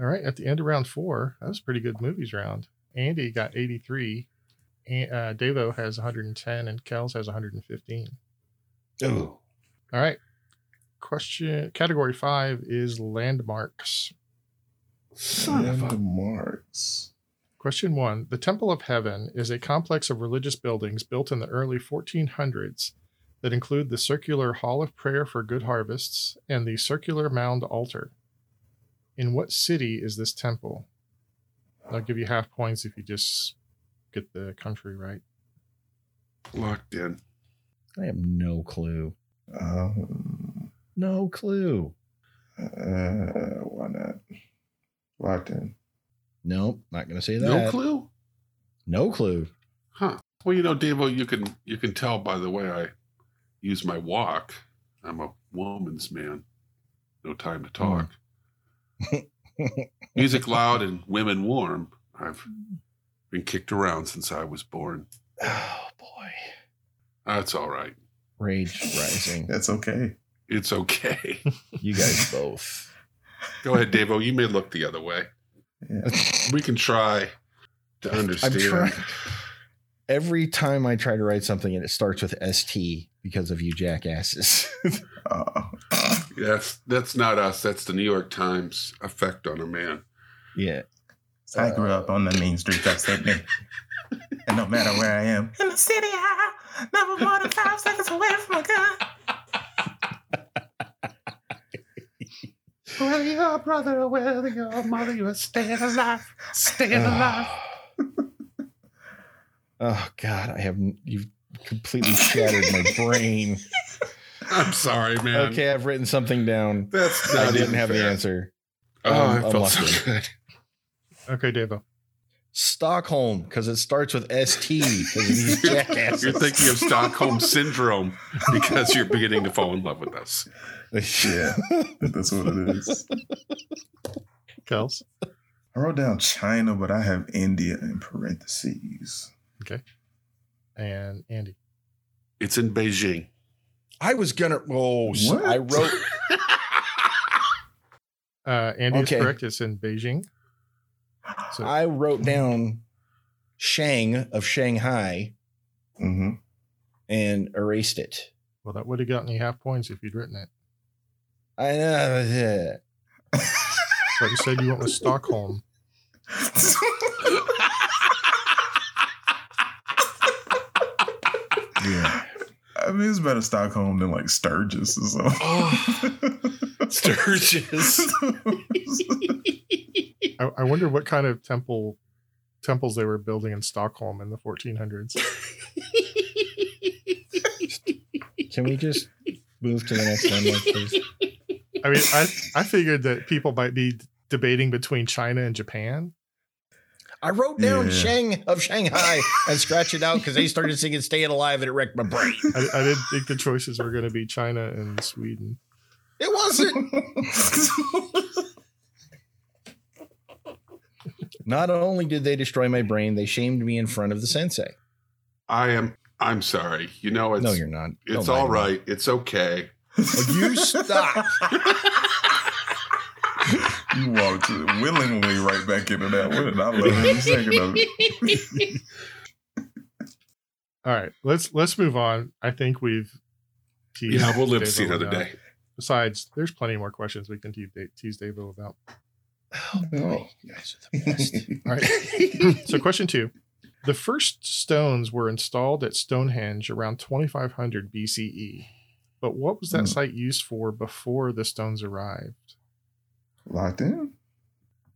Speaker 4: All right, at the end of round four, that was a pretty good movies round. Andy got 83, and, uh, Devo has 110, and Kels has 115.
Speaker 3: Oh,
Speaker 4: All right. Question category five is landmarks.
Speaker 3: son of
Speaker 2: the
Speaker 3: a
Speaker 2: marks.
Speaker 4: Question one The Temple of Heaven is a complex of religious buildings built in the early 1400s that include the circular Hall of Prayer for Good Harvests and the circular Mound Altar. In what city is this temple? I'll give you half points if you just get the country right.
Speaker 3: locked in.
Speaker 1: I have no clue.
Speaker 2: Um,
Speaker 1: No clue.
Speaker 2: uh, why not? Locked in.
Speaker 1: Nope, not going to say that.
Speaker 3: No clue.
Speaker 1: No clue.
Speaker 3: Huh. Well, you know, Davo, you can you can tell by the way I use my walk. I'm a woman's man. No time to
Speaker 1: Hmm.
Speaker 3: talk. Music loud and women warm. I've been kicked around since I was born.
Speaker 1: Oh, boy.
Speaker 3: That's all right.
Speaker 1: Rage Rising.
Speaker 2: That's okay.
Speaker 3: It's okay.
Speaker 1: you guys both.
Speaker 3: Go ahead, Davo. You may look the other way.
Speaker 2: Yeah.
Speaker 3: We can try to understand.
Speaker 1: trying. Every time I try to write something and it starts with ST because of you jackasses.
Speaker 2: Uh,
Speaker 3: Yes, that's not us. That's the New York Times effect on a man.
Speaker 1: yeah.
Speaker 2: I grew up on the mean streets of Sydney. and no matter where I am, in the city, I never more than five seconds away from a gun.
Speaker 3: Whether you're a brother or whether you're a mother, you are staying alive. Staying
Speaker 4: Ah.
Speaker 1: Oh God, I have you've completely shattered my brain.
Speaker 3: I'm sorry, man.
Speaker 1: Okay, I've written something down.
Speaker 3: That's not
Speaker 1: I didn't
Speaker 3: even
Speaker 1: have the
Speaker 3: fair.
Speaker 1: answer.
Speaker 3: Oh, I
Speaker 1: Um,
Speaker 3: felt
Speaker 1: unlucky.
Speaker 3: so good.
Speaker 4: Okay, Devo.
Speaker 1: Stockholm because it starts with ST. 'cause of these jackasses.
Speaker 3: You're thinking of Stockholm syndrome because you're beginning to fall in love with us.
Speaker 2: Yeah, that's what it is.
Speaker 4: Kels.
Speaker 2: I wrote down China, but I have India in parentheses.
Speaker 4: And Andy.
Speaker 3: It's in Beijing.
Speaker 1: I was gonna. Oh, so
Speaker 2: What?
Speaker 1: I wrote.
Speaker 4: Uh, Andy
Speaker 1: Okay.
Speaker 4: is correct. It's in Beijing. So
Speaker 1: I wrote down Shang of Shanghai
Speaker 2: Mm-hmm.
Speaker 1: and erased it.
Speaker 4: well, that would have gotten you half points if you'd written it.
Speaker 1: I uh, know. yeah.
Speaker 4: But you said you went with Stockholm.
Speaker 2: yeah. I mean, it's better Stockholm than like Sturgis or something.
Speaker 3: Oh. Sturgis.
Speaker 4: I, I wonder what kind of temple temples they were building in Stockholm in the 1400s.
Speaker 1: Can we just move to the next one, please?
Speaker 4: I mean, I I figured that people might be debating between China and Japan.
Speaker 1: I wrote down
Speaker 2: Yeah.
Speaker 1: Shang of Shanghai and scratched it out because they started singing "Staying Alive" and it wrecked my brain.
Speaker 4: I, I didn't think the choices were going to be China and Sweden.
Speaker 1: It wasn't. Not only did they destroy my brain, they shamed me in front of the sensei.
Speaker 3: I am. I'm sorry. You know it's.
Speaker 1: no, you're not.
Speaker 3: it's
Speaker 1: Don't lie
Speaker 3: all
Speaker 1: to me.
Speaker 3: right. It's okay.
Speaker 1: You stop.
Speaker 2: you walked willingly right back into that one. I love every second of it.
Speaker 4: All right, let's let's move on. I think we've teased
Speaker 3: Yeah, we'll live to
Speaker 4: Dave
Speaker 3: see another
Speaker 4: Owen out.
Speaker 3: day.
Speaker 4: Besides, there's plenty more questions we can tease, tease David about.
Speaker 1: Oh, boy. You guys are the best.
Speaker 4: All right. so, question two: The first stones were installed at Stonehenge around 2500 BCE, E, but what was that
Speaker 2: Hmm.
Speaker 4: site used for before the stones arrived?
Speaker 2: Locked in?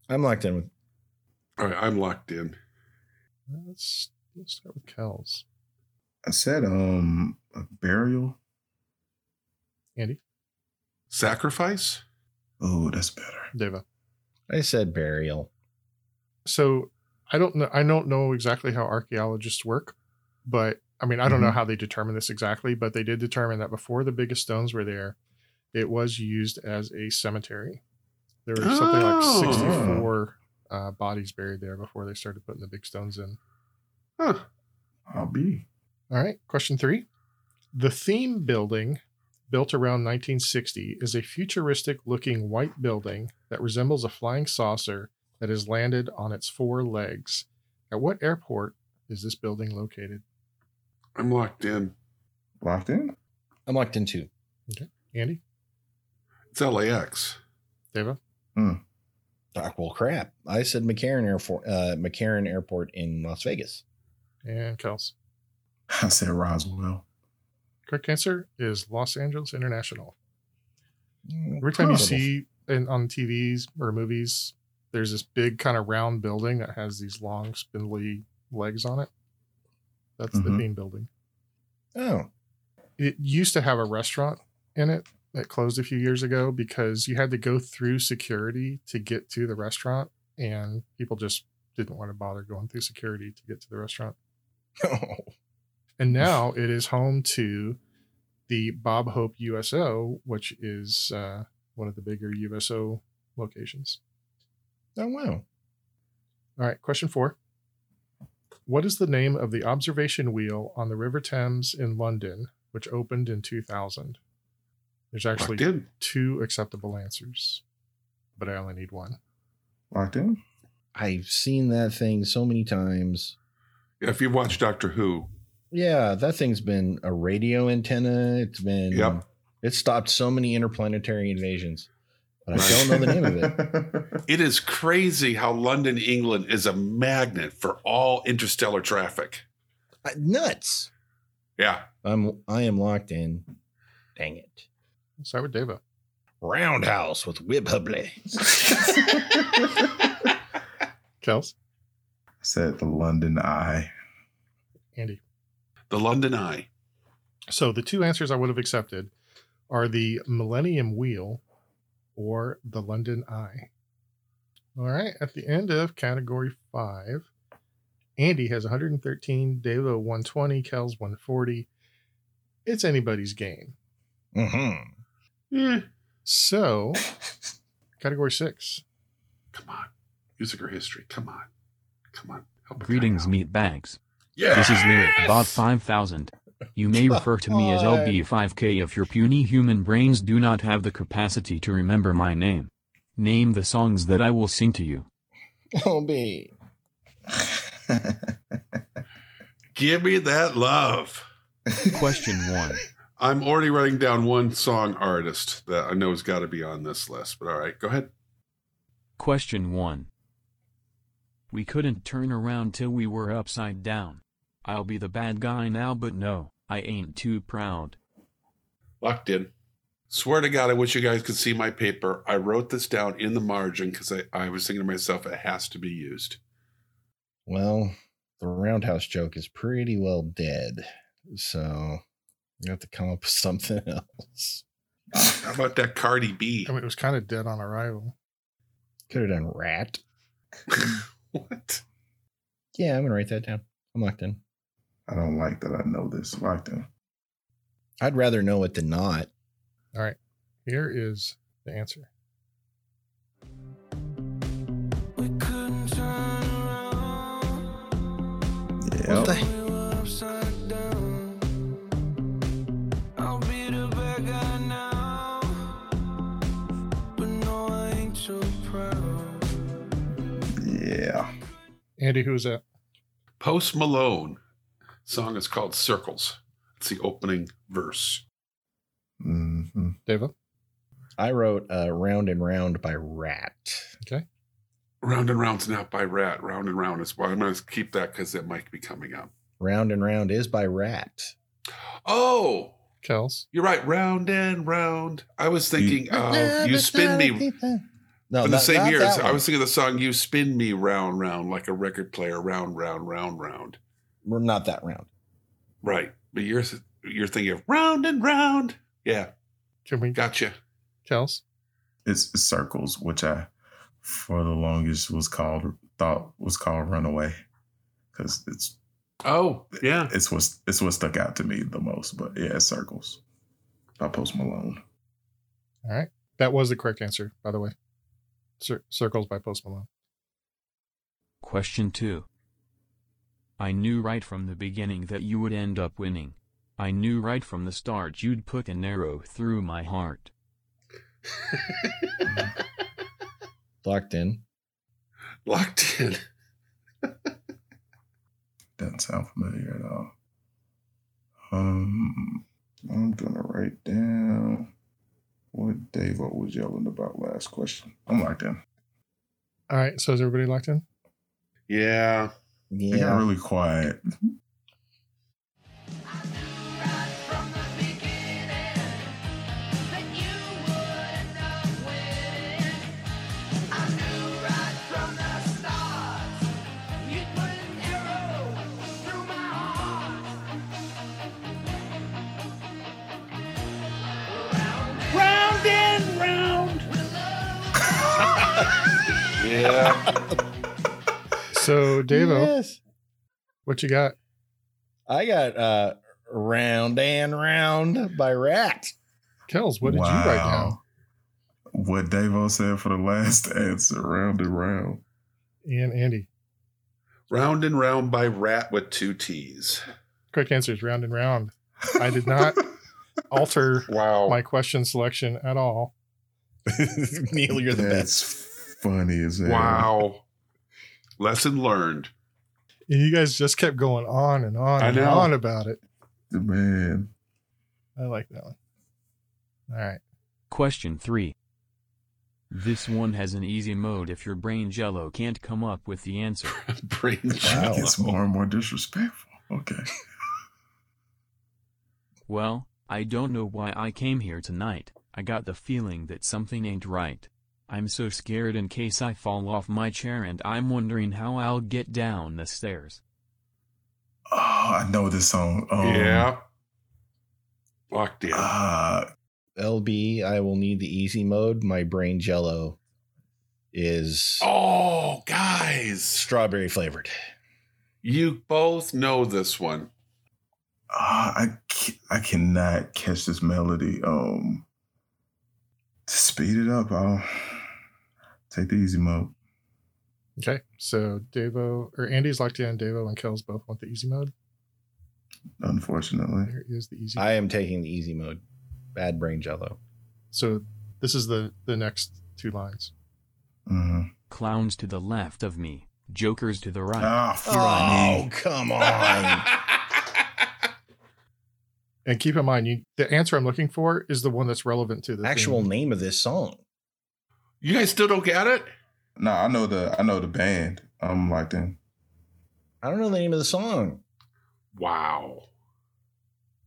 Speaker 1: I'm locked in with.
Speaker 3: All right, I'm locked in.
Speaker 4: Let's let's start with Kells.
Speaker 2: I said um a burial.
Speaker 4: Andy,
Speaker 3: Sacrifice.
Speaker 2: Oh, that's better.
Speaker 4: Deva.
Speaker 1: I said burial.
Speaker 4: So I don't know. I don't know exactly how archaeologists work, but I mean, I don't know
Speaker 2: Mhm.
Speaker 4: how they determine this exactly, but they did determine that before the biggest stones were there, it was used as a cemetery. There were something
Speaker 3: Oh.
Speaker 4: like 64 uh, bodies buried there before they started putting the big stones in.
Speaker 3: Huh.
Speaker 2: I'll be.
Speaker 4: All right. Question three. The theme building, built around 1960, is a futuristic looking white building that resembles a flying saucer that has landed on its four legs. At what airport is this building located?
Speaker 3: I'm locked in.
Speaker 2: Locked in?
Speaker 1: I'm locked in too.
Speaker 4: Andy?
Speaker 3: It's LAX.
Speaker 4: Deva?
Speaker 1: Doc, well, crap. I said McCarran Airport, uh, McCarran Airport in Las Vegas.
Speaker 4: And Kels?
Speaker 2: I said Roswell.
Speaker 4: Correct answer is Los Angeles International. Every time you
Speaker 1: Incredible.
Speaker 4: see in, on TVs or movies, there's this big kind of round building that has these long, spindly legs on it. That's the
Speaker 2: Mhm.
Speaker 4: theme building.
Speaker 1: oh,
Speaker 4: it used to have a restaurant in it that closed a few years ago because you had to go through security to get to the restaurant and people just didn't want to bother going through security to get to the restaurant and now it is home to the bob hope uso which is uh, one of the bigger uso locations
Speaker 1: oh wow.
Speaker 4: all right question four what is the name of the observation wheel on the river thames in london which opened in 2000 there's actually
Speaker 3: Locked in.
Speaker 4: two acceptable answers, but I only need one.
Speaker 2: Locked in?
Speaker 1: I've seen that thing so many times.
Speaker 3: If you watch Doctor Who,
Speaker 1: Yeah, that thing's been a radio antenna. It's been
Speaker 3: Yep.
Speaker 1: It stopped so many interplanetary invasions, but I don't know the name of it.
Speaker 3: it is crazy how London, England is a magnet for all interstellar traffic.
Speaker 1: I- nuts.
Speaker 3: Yeah.
Speaker 1: I'm I am locked in. Dang it.
Speaker 4: Let's Start with Deva.
Speaker 1: Roundhouse with Wib Hubley.
Speaker 4: Kels,
Speaker 2: I said the London Eye.
Speaker 4: Andy.
Speaker 3: The London Eye.
Speaker 4: So the two answers I would have accepted are the Millennium Wheel or the London Eye. All right, at the end of category five, Andy has 113, Dalo 120, Kel's 140. It's anybody's game.
Speaker 1: Mhm.
Speaker 3: Eh,
Speaker 4: So, category six.
Speaker 3: come on. Music or history. Come on. Come on. Help a guy
Speaker 7: Greetings,
Speaker 3: out.
Speaker 7: meat bags.
Speaker 3: Yes!
Speaker 7: This is Lyric Bob 5000. You may refer to me as LB5K if your puny human brains do not have the capacity to remember my name. Name the songs that I will sing to you.
Speaker 1: Oh, babe.
Speaker 3: Give me that love.
Speaker 7: Question 1.
Speaker 3: I'm already writing down one song artist that I know has got to be on this list, but all right, go ahead.
Speaker 7: Question 1. We couldn't turn around till we were upside down. I'll be the bad guy now, but no, I ain't too proud.
Speaker 3: Locked in. Swear to God, I wish you guys could see my paper. I wrote this down in the margin because I, I was thinking to myself, it has to be used.
Speaker 1: Well, the roundhouse joke is pretty well dead. So you have to come up with something else.
Speaker 3: How about that Cardi B?
Speaker 4: I mean, it was kind of dead on arrival.
Speaker 1: Could have done rat.
Speaker 3: what?
Speaker 1: Yeah, I'm going to write that down. I'm locked in.
Speaker 2: I don't like that. I know this. Locked in.
Speaker 1: I'd rather know it than not.
Speaker 4: All right. Here is the answer.
Speaker 2: Yeah. yeah.
Speaker 4: Andy, who is that?
Speaker 3: Post Malone song is called Circles. It's the opening verse.
Speaker 2: hmm
Speaker 4: Davo?
Speaker 1: I wrote uh, Round and Round by Rat.
Speaker 4: Okay.
Speaker 3: Round and Round's not by Rat. Round and Round is why I'm going to keep that because it might be coming up.
Speaker 1: Round and Round is by Rat.
Speaker 3: Oh,
Speaker 4: Kels?
Speaker 3: you're right. Round and Round. I was thinking, oh, you spin me.
Speaker 1: No,
Speaker 3: From the
Speaker 1: not-
Speaker 3: same
Speaker 1: not
Speaker 3: year,
Speaker 1: that
Speaker 3: I
Speaker 1: one.
Speaker 3: was thinking of the song "You Spin Me Round Round" like a record player, round, round, round, round.
Speaker 1: Well, not that round.
Speaker 3: Right, but you're you're thinking of round and round. Yeah,
Speaker 4: Can we?
Speaker 3: gotcha.
Speaker 4: Kels?
Speaker 2: It's circles, which I, for the longest, was called thought was called Runaway, because it's
Speaker 3: Oh, yeah.
Speaker 2: it's what's it's what stuck out to me the most. But yeah, it's circles. By Post Malone.
Speaker 4: All right. That was the correct answer, by the way. Cir- Circles by Post Malone.
Speaker 7: Question 2. I knew right from the beginning that you would end up winning. I knew right from the start you'd put an arrow through my heart.
Speaker 1: Locked in.
Speaker 3: Locked in.
Speaker 2: Doesn't sound familiar at all. Um, I'm gonna write down what Dave was yelling about last question. I'm locked in.
Speaker 4: All right. So is everybody locked in?
Speaker 3: Yeah.
Speaker 2: It got
Speaker 1: Yeah.
Speaker 2: really quiet.
Speaker 3: Yeah.
Speaker 4: So, Davo,
Speaker 1: Yes.
Speaker 4: what you got?
Speaker 1: I got uh, Round and Round by Rat.
Speaker 4: Kels, what did you write down?
Speaker 2: What Davo said for the last answer, round and round.
Speaker 4: And Andy.
Speaker 3: round and round by Rat with two T's.
Speaker 4: Correct answer is round and round. I did not alter
Speaker 3: Wow.
Speaker 4: my question selection at all.
Speaker 1: Neil, you're the
Speaker 2: That's
Speaker 1: best.
Speaker 2: funny as hell.
Speaker 3: wow. Lesson learned.
Speaker 4: And you guys just kept going on and on
Speaker 3: I
Speaker 4: and
Speaker 3: know.
Speaker 4: on about it.
Speaker 2: Man.
Speaker 4: I like that one. All right.
Speaker 7: Question 3. This one has an easy mode if your brain jello can't come up with the answer.
Speaker 3: Brain
Speaker 1: Wow.
Speaker 3: jello.
Speaker 2: It's more and more disrespectful. Okay.
Speaker 7: Well, I don't know why I came here tonight. I got the feeling that something ain't right. I'm so scared in case I fall off my chair and I'm wondering how I'll get down the stairs.
Speaker 2: Oh, I know this song. Um,
Speaker 3: yeah. Locked in.
Speaker 2: Uh,
Speaker 1: LB, I will need the easy mode. My brain jello is
Speaker 3: oh, guys.
Speaker 1: strawberry flavored.
Speaker 3: You both know this one.
Speaker 2: Ah, I ca- I cannot catch this melody. Um, to speed it up, I'll take the easy mode.
Speaker 4: Okay, so Devo or Andy's locked in. Devo and Kells both want the easy mode.
Speaker 2: Unfortunately,
Speaker 4: There is the easy.
Speaker 1: I am taking the easy mode. Bad brain jello.
Speaker 4: so this is the the next two lines.
Speaker 2: Mhm.
Speaker 7: Clowns to the left of me, jokers to the right.
Speaker 2: ah,
Speaker 1: Oh,
Speaker 2: Franny.
Speaker 1: come on.
Speaker 4: And keep in mind, you the answer I'm looking for is the one that's relevant to the theme.
Speaker 1: Actual name of this song.
Speaker 3: you guys still don't get it?
Speaker 2: No, I know the I know the band. I'm locked in.
Speaker 1: I don't know the name of the song.
Speaker 3: Wow.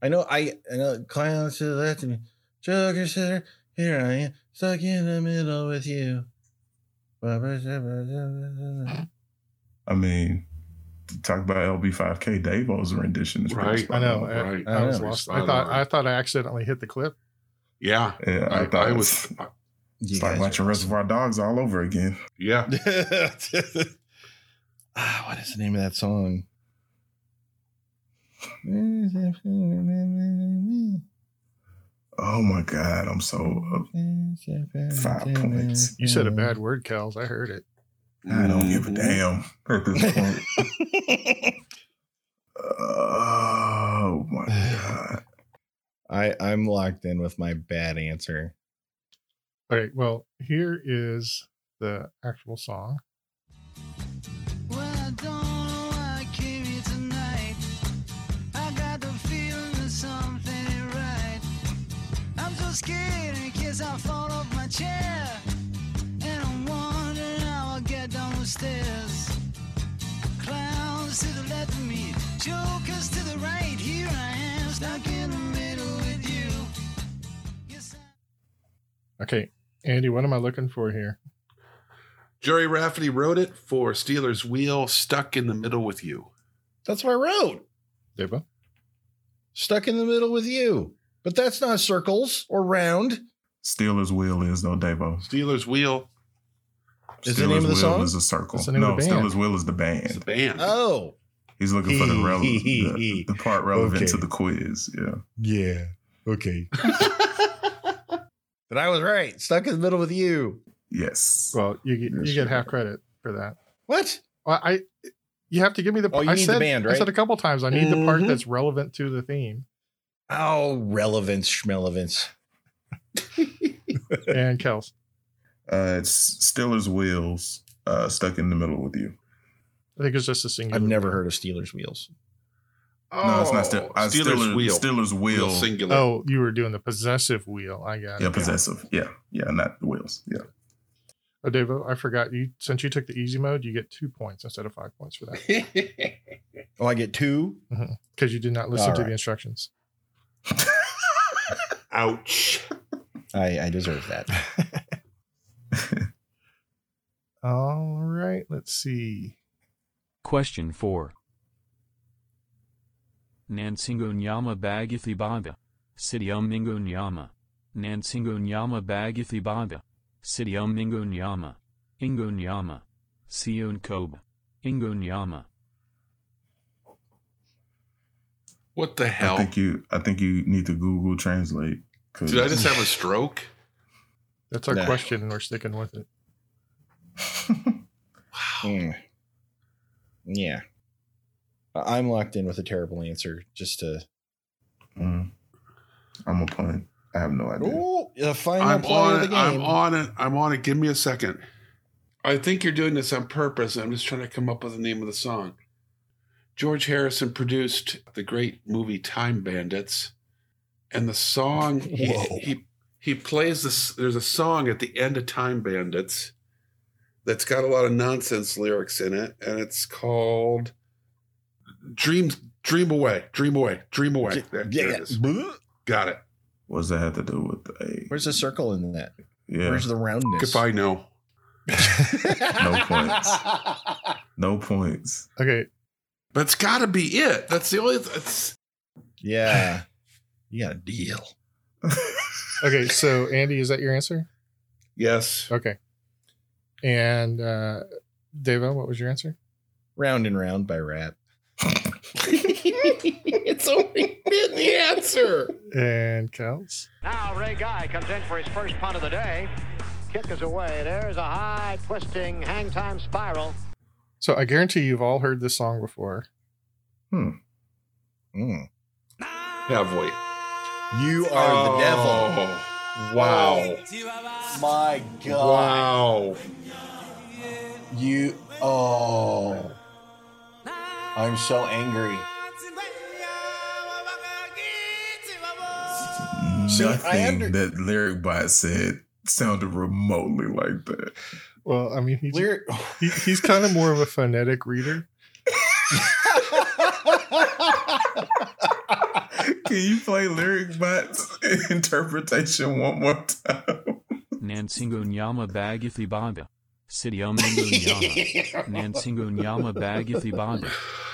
Speaker 1: I know I, I know clowns to the left of me. Joker sitter, here I am, stuck in the middle with you.
Speaker 2: I mean, to talk about LB5K, Davo's rendition is pretty
Speaker 3: Right.
Speaker 2: spot
Speaker 4: I know.
Speaker 2: on.
Speaker 4: I,
Speaker 3: Right.
Speaker 4: I
Speaker 1: I
Speaker 4: was lost.
Speaker 3: know.
Speaker 4: I thought I thought I accidentally hit the clip.
Speaker 3: Yeah.
Speaker 2: Yeah, I,
Speaker 3: I,
Speaker 2: thought
Speaker 3: I
Speaker 2: it
Speaker 3: was. uh,
Speaker 2: was.
Speaker 1: You
Speaker 2: It's like
Speaker 1: guys
Speaker 2: watching
Speaker 1: are-
Speaker 2: Reservoir Dogs all over again.
Speaker 3: Yeah.
Speaker 1: Ah, what is the name of that song?
Speaker 2: Oh my god, I'm so up five points.
Speaker 4: You
Speaker 1: Mm-hmm.
Speaker 4: said a bad word, Kells. I heard it.
Speaker 2: I don't give a damn at this point. oh my god.
Speaker 1: I I'm locked in with my bad answer.
Speaker 4: All right. Well, here is the actual song.
Speaker 8: Well, I don't know why I came here tonight. I got the feeling that something ain't right. I'm so scared in case I fall off my chair. And I'm wondering how I'll get down the stairs. Clowns to the left of me, jokers to the right. Here I am, stuck in the middle with you. Yes, I-
Speaker 4: Okay, Andy, what am I looking for here?
Speaker 3: Jerry Rafferty wrote it for Steelers Wheel, stuck in the middle with you.
Speaker 1: That's what I wrote.
Speaker 4: Deva?
Speaker 1: Stuck in the middle with you. But that's not circles or round.
Speaker 2: Steelers Wheel is though, Davo.
Speaker 3: Steelers Wheel
Speaker 1: Is the name of the
Speaker 2: Wheel
Speaker 1: song?
Speaker 2: is a circle.
Speaker 4: That's the name
Speaker 2: no,
Speaker 4: of the band.
Speaker 2: Steelers Wheel is the
Speaker 3: is a
Speaker 2: band.
Speaker 3: band.
Speaker 1: Oh.
Speaker 2: He's looking for the, rele- the, the part relevant
Speaker 1: Okay.
Speaker 2: to the quiz. Yeah.
Speaker 1: Yeah. Okay. but I was right. Stuck in the middle with you.
Speaker 2: Yes.
Speaker 4: Well, you get
Speaker 2: Yes,
Speaker 4: you get
Speaker 2: sir.
Speaker 4: half credit for that.
Speaker 1: What?
Speaker 4: Well, I you have to give me the.
Speaker 1: Oh, you
Speaker 4: I
Speaker 1: need the
Speaker 4: said,
Speaker 1: band,
Speaker 4: I
Speaker 1: right?
Speaker 4: said a couple times. I need the part
Speaker 3: Mhm.
Speaker 4: that's relevant to the theme.
Speaker 1: Oh, relevance, schmelevance.
Speaker 4: And Kels,
Speaker 2: Uh, it's Steelers Wheels uh, stuck in the middle with you.
Speaker 4: I think it's just a singular.
Speaker 1: I've never heard of Steelers wheels.
Speaker 3: Oh,
Speaker 2: no, it's not Ste- uh,
Speaker 3: Steelers Wheel.
Speaker 2: Steelers Wheel.
Speaker 3: Wheel singular.
Speaker 4: Oh, you were doing the possessive wheel. I got
Speaker 2: yeah,
Speaker 4: it.
Speaker 2: possessive. Yeah. Yeah, not wheels. Yeah.
Speaker 4: Oh, Devo, I forgot you. Since you took the easy mode, you get two points instead of five points for that
Speaker 1: Oh, I get two.
Speaker 4: because you did not listen
Speaker 1: All
Speaker 4: to
Speaker 1: right.
Speaker 4: the instructions.
Speaker 3: Ouch.
Speaker 1: I, I deserve that.
Speaker 4: All right, let's see.
Speaker 7: Question 4. Nansingonyama Bagathibaba. Sityum Ingonyama. Nansingonyama Bagathibaba. Sityum Ingonyama. Ingonyama. Sion Koba. Ingonyama.
Speaker 3: What the
Speaker 2: I
Speaker 3: hell?
Speaker 2: think you I think you need to Google translate. 'cause-
Speaker 3: Did I just have a stroke?
Speaker 4: That's our
Speaker 1: Nah.
Speaker 4: question, and we're sticking with it.
Speaker 1: Mm. Yeah. I- I'm locked in with a terrible answer just to.
Speaker 2: Mm. I'm a punt. I have no idea.
Speaker 1: Oh, the final
Speaker 3: I'm
Speaker 1: play of
Speaker 3: on
Speaker 1: the
Speaker 3: it.
Speaker 1: game.
Speaker 3: I'm on it. I'm on it. Give me a second. I think you're doing this on purpose. I'm just trying to come up with the name of the song. George Harrison produced the great movie Time Bandits, and the song he,
Speaker 1: Whoa.
Speaker 3: he he plays this. There's a song at the end of Time Bandits that's got a lot of nonsense lyrics in it, and it's called "Dreams." Dream away, dream away, dream away. There,
Speaker 1: Yeah,
Speaker 3: there
Speaker 1: yeah.
Speaker 3: it is.
Speaker 1: Bleh.
Speaker 3: Got it.
Speaker 2: What does that have to do with a?
Speaker 1: Where's the circle in that?
Speaker 2: yeah,
Speaker 1: Where's the roundness?
Speaker 3: Goodbye, no.
Speaker 1: no
Speaker 2: points. no points.
Speaker 4: Okay,
Speaker 3: That's got to be it. That's the only. That's,
Speaker 1: Yeah. You got a deal.
Speaker 4: okay. So, Andy, is that your answer?
Speaker 3: yes.
Speaker 4: Okay. And uh Devo, what was your answer?
Speaker 1: Round and round by rat.
Speaker 9: it's only been the answer.
Speaker 4: And counts.
Speaker 5: Now Ray Guy comes in for his first punt of the day. Kick is away. There's a high twisting hang time spiral.
Speaker 4: So I guarantee you've all heard this song before.
Speaker 1: Mm.
Speaker 3: Have we?
Speaker 1: You are the devil.
Speaker 3: Oh, Wow.
Speaker 9: My God.
Speaker 3: Wow.
Speaker 9: You. Oh. I'm so angry.
Speaker 1: See, I
Speaker 2: Nothing
Speaker 1: under-
Speaker 2: that lyric bot said sounded remotely like that.
Speaker 4: Well, I mean, he's,
Speaker 1: Lyric.
Speaker 4: he, he's kind of more of a phonetic reader.
Speaker 2: Can you play lyric bot's interpretation one more time?
Speaker 7: Nansingonyama Bagathi Baba. Sidiomangonyama. Nansingonyama Bagathi Baba.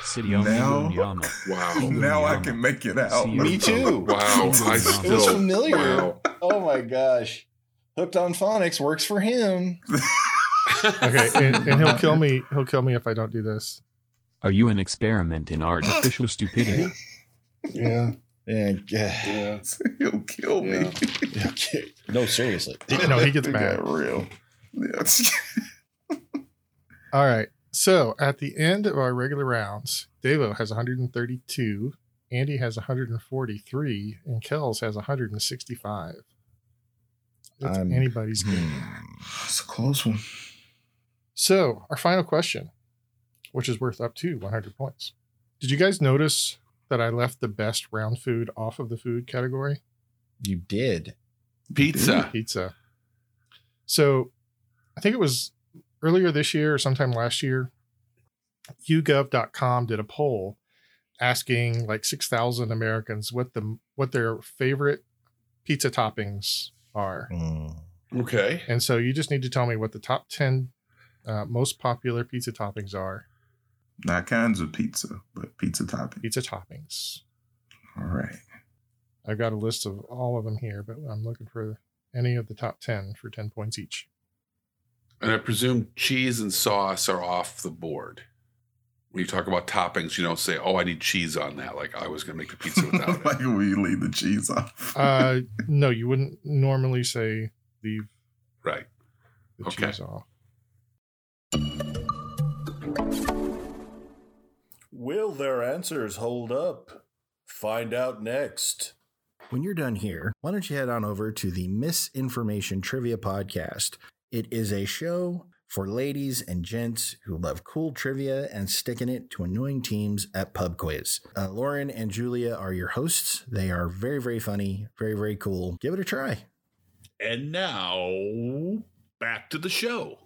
Speaker 7: Sidiomangonyama.
Speaker 3: Wow.
Speaker 2: now I can make it out.
Speaker 9: Oh, Me too.
Speaker 3: Wow. I
Speaker 7: was
Speaker 3: still.
Speaker 9: familiar.
Speaker 3: Wow.
Speaker 9: Oh my gosh.
Speaker 1: Hooked on phonics works for him.
Speaker 4: Okay, and, and he'll kill me. He'll kill me if I don't do this.
Speaker 7: Are you an experiment in artificial stupidity?
Speaker 9: Yeah.
Speaker 1: And, yeah.
Speaker 9: Yeah.
Speaker 2: He'll kill me.
Speaker 9: Yeah.
Speaker 1: Okay. No, seriously.
Speaker 4: No, he gets
Speaker 2: It
Speaker 4: mad.
Speaker 2: got real. Yeah.
Speaker 4: All right. So at the end of our regular rounds, Devo has 132, Andy has 143, and Kells has 165. That's
Speaker 1: I'm-
Speaker 4: anybody's game.
Speaker 2: It's a close one.
Speaker 4: So, our final question, which is worth up to 100 points. Did you guys notice that I left the best round food off of the food category?
Speaker 1: You did.
Speaker 3: Pizza.
Speaker 4: Pizza. So, I think it was earlier this year or sometime last year, YouGov.com did a poll asking like 6,000 Americans what the what their favorite pizza toppings are.
Speaker 1: Mm.
Speaker 3: Okay.
Speaker 4: And so you just need to tell me what the top 10 uh, most popular pizza toppings are.
Speaker 2: Not kinds of pizza, but pizza topping.
Speaker 4: Pizza toppings.
Speaker 2: All right.
Speaker 4: I've got a list of all of them here, but I'm looking for any of the top 10 for 10 points each.
Speaker 3: And I presume cheese and sauce are off the board. When you talk about toppings, you don't say, "Oh, I need cheese on that." Like I was going to make a pizza without it.
Speaker 2: like will you leave the cheese off?
Speaker 4: Uh, no, you wouldn't normally say leave
Speaker 3: Right.
Speaker 4: the
Speaker 3: Okay.
Speaker 4: cheese off.
Speaker 10: Will their answers hold up? Find out next.
Speaker 1: When you're done here, why don't you head on over to the Misinformation Trivia Podcast? It is a show for ladies and gents who love cool trivia and sticking it to annoying teams at pub quiz. Uh, Lauren and Julia are your hosts. They are very, very funny, very, very cool. Give it a try.
Speaker 3: And now back to the show.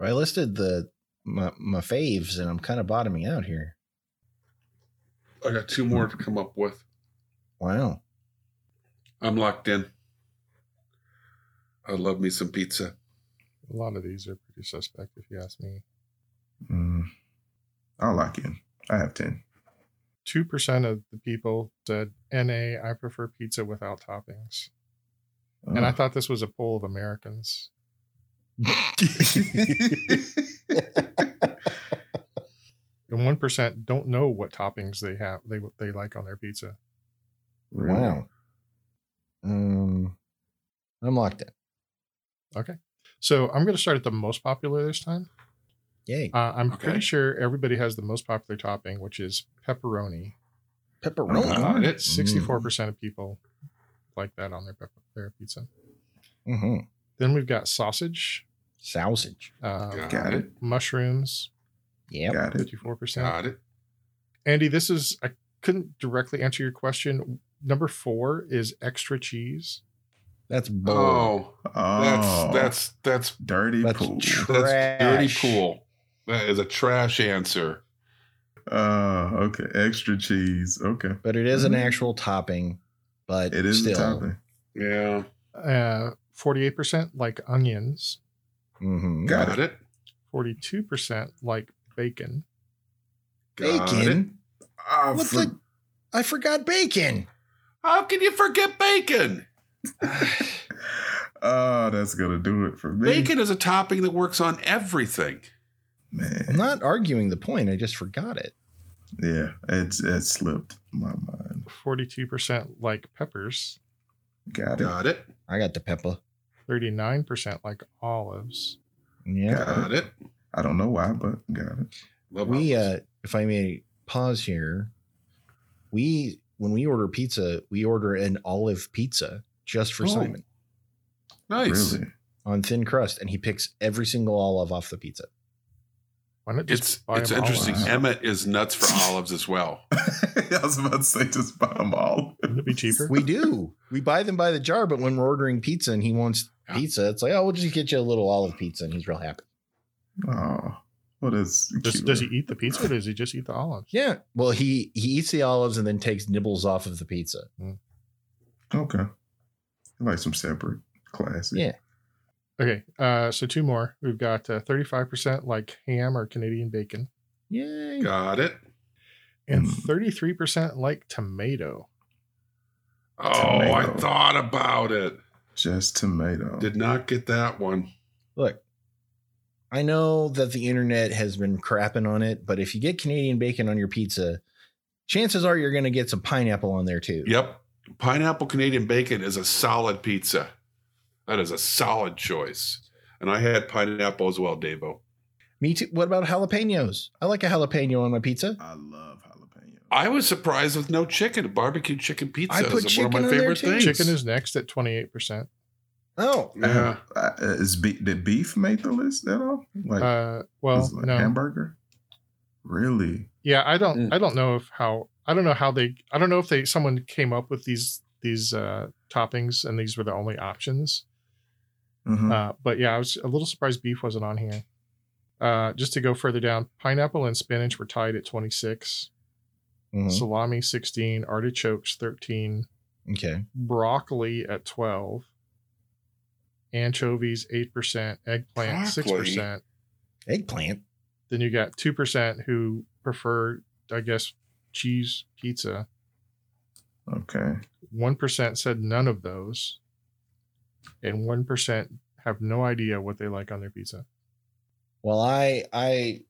Speaker 1: I listed the my, my faves, and I'm kind of bottoming out here.
Speaker 3: I got two more to come up with.
Speaker 1: Wow.
Speaker 3: I'm locked in. I love me some pizza.
Speaker 4: A lot of these are pretty suspect, if you ask me.
Speaker 2: Mm. I'll lock in. I have 10.
Speaker 4: 2% of the people said, NA, I prefer pizza without toppings. And I
Speaker 2: Oh.
Speaker 4: thought this was a poll of Americans. And 1% don't know what toppings they have, they, they like on their pizza.
Speaker 2: Really?
Speaker 1: Wow. Um, I'm locked in.
Speaker 4: So I'm going to start at the most popular this time.
Speaker 1: Yay.
Speaker 4: Uh, I'm
Speaker 3: Okay.
Speaker 4: pretty sure everybody has the most popular topping, which is pepperoni.
Speaker 1: Pepperoni.
Speaker 2: Uh-huh.
Speaker 3: Got it.
Speaker 4: Sixty-four percent of people like that on their pepper- their pizza.
Speaker 1: Mm-hmm.
Speaker 4: Then we've got sausage,
Speaker 1: Sausage.
Speaker 4: uh,
Speaker 2: Got it. mushrooms,
Speaker 1: Yep.
Speaker 2: Got it.
Speaker 4: fifty-four percent.
Speaker 3: Got it.
Speaker 4: Andy, this is I couldn't directly answer your question. Number four is extra cheese.
Speaker 1: That's bold.
Speaker 3: Oh, that's
Speaker 2: Oh,
Speaker 3: that's that's
Speaker 2: dirty
Speaker 1: That's
Speaker 2: pool.
Speaker 1: tr-
Speaker 3: that's dirty
Speaker 1: Trash.
Speaker 3: pool. That is a trash answer.
Speaker 2: oh, okay. Extra cheese. Okay.
Speaker 1: But it is an
Speaker 2: Mhm.
Speaker 1: actual topping. But
Speaker 2: It is
Speaker 1: still,
Speaker 2: a topping.
Speaker 3: Yeah.
Speaker 4: uh, Forty-eight percent like onions.
Speaker 1: Mhm.
Speaker 2: Got
Speaker 3: Got it.
Speaker 4: Forty-two percent like bacon.
Speaker 3: Got it.
Speaker 1: Bacon.
Speaker 2: Oh,
Speaker 1: What
Speaker 2: for-
Speaker 1: the? I forgot bacon.
Speaker 3: How can you forget bacon?
Speaker 2: Oh, that's gonna do it for me.
Speaker 3: Bacon is a topping that works on everything.
Speaker 2: Man,
Speaker 1: I'm not arguing the point. I just forgot it.
Speaker 2: yeah, it's it slipped my mind.
Speaker 4: 42% like peppers,
Speaker 2: Got it.
Speaker 3: Got it.
Speaker 1: I got the pepper.
Speaker 4: 39% like olives.
Speaker 1: Yeah.
Speaker 3: Got it.
Speaker 2: I don't know why, but got it.
Speaker 3: Love
Speaker 1: we uh
Speaker 3: olives.
Speaker 1: if i may pause here we when we order pizza we order an olive pizza just for
Speaker 3: Oh.
Speaker 1: simon
Speaker 3: nice.
Speaker 2: Really?
Speaker 1: on thin crust and he picks every single olive off the pizza
Speaker 4: Why not just
Speaker 3: It's
Speaker 4: buy
Speaker 3: it's
Speaker 4: 'em
Speaker 3: interesting.
Speaker 4: olives?
Speaker 3: Emmett is nuts for olives as well.
Speaker 2: I was about to say just buy them all.
Speaker 4: Wouldn't it be cheaper?
Speaker 1: we do we buy them by the jar but when we're ordering pizza and he wants
Speaker 3: Yeah.
Speaker 1: pizza it's like oh we'll just get you a little olive pizza and he's real happy
Speaker 2: Oh, what is?
Speaker 4: Does, does he eat the pizza or does he just eat the olives?
Speaker 1: yeah well he he eats the olives and then takes nibbles off of the pizza
Speaker 2: Okay, I like some separate classic.
Speaker 1: Yeah.
Speaker 4: Okay, uh, so two more. We've got uh, 35% like ham or Canadian bacon,
Speaker 1: yay
Speaker 3: Got it.
Speaker 4: and
Speaker 2: Mm.
Speaker 4: 33% like tomato.
Speaker 3: Oh, I
Speaker 2: Tomato.
Speaker 3: thought about it.
Speaker 2: just tomato.
Speaker 3: Did not get that one.
Speaker 1: Look, I know that the internet has been crapping on it, but if you get Canadian bacon on your pizza, chances are you're going to get some pineapple on there too.
Speaker 3: Yep. Pineapple Canadian bacon is a solid pizza. That is a solid choice. And I had pineapple as well, Davo.
Speaker 1: Me too. What about jalapenos? I like a jalapeno on my pizza.
Speaker 2: I love jalapeno.
Speaker 3: I was surprised with no chicken. Barbecue chicken pizza
Speaker 1: I put
Speaker 3: is one of
Speaker 1: chicken
Speaker 3: my
Speaker 1: on there
Speaker 3: favorite
Speaker 1: too.
Speaker 3: things.
Speaker 4: Chicken is next at 28%.
Speaker 1: Oh,
Speaker 3: yeah.
Speaker 2: Uh, is be- did beef make the list at all? Like,
Speaker 4: Uh, well,
Speaker 2: is it
Speaker 4: no.
Speaker 2: hamburger? Really?
Speaker 4: yeah, I don't.
Speaker 3: Mm.
Speaker 4: I don't know if how. I don't know how they. I don't know if they. Someone came up with these these uh, toppings, and these were the only options.
Speaker 2: Mhm.
Speaker 4: Uh, but yeah, I was a little surprised beef wasn't on here. Uh, just to go further down, pineapple and spinach were tied at 26,
Speaker 2: Hmm.
Speaker 1: Mhm.
Speaker 4: salami 16, artichokes 13,
Speaker 1: okay.
Speaker 4: broccoli at 12, anchovies 8%, eggplant
Speaker 3: Broccoli?
Speaker 4: 6%.
Speaker 1: Eggplant.
Speaker 4: Then you got 2% who prefer, I guess, cheese pizza.
Speaker 2: okay.
Speaker 4: 1% said none of those. And 1% have no idea what they like on their pizza.
Speaker 1: Well, I I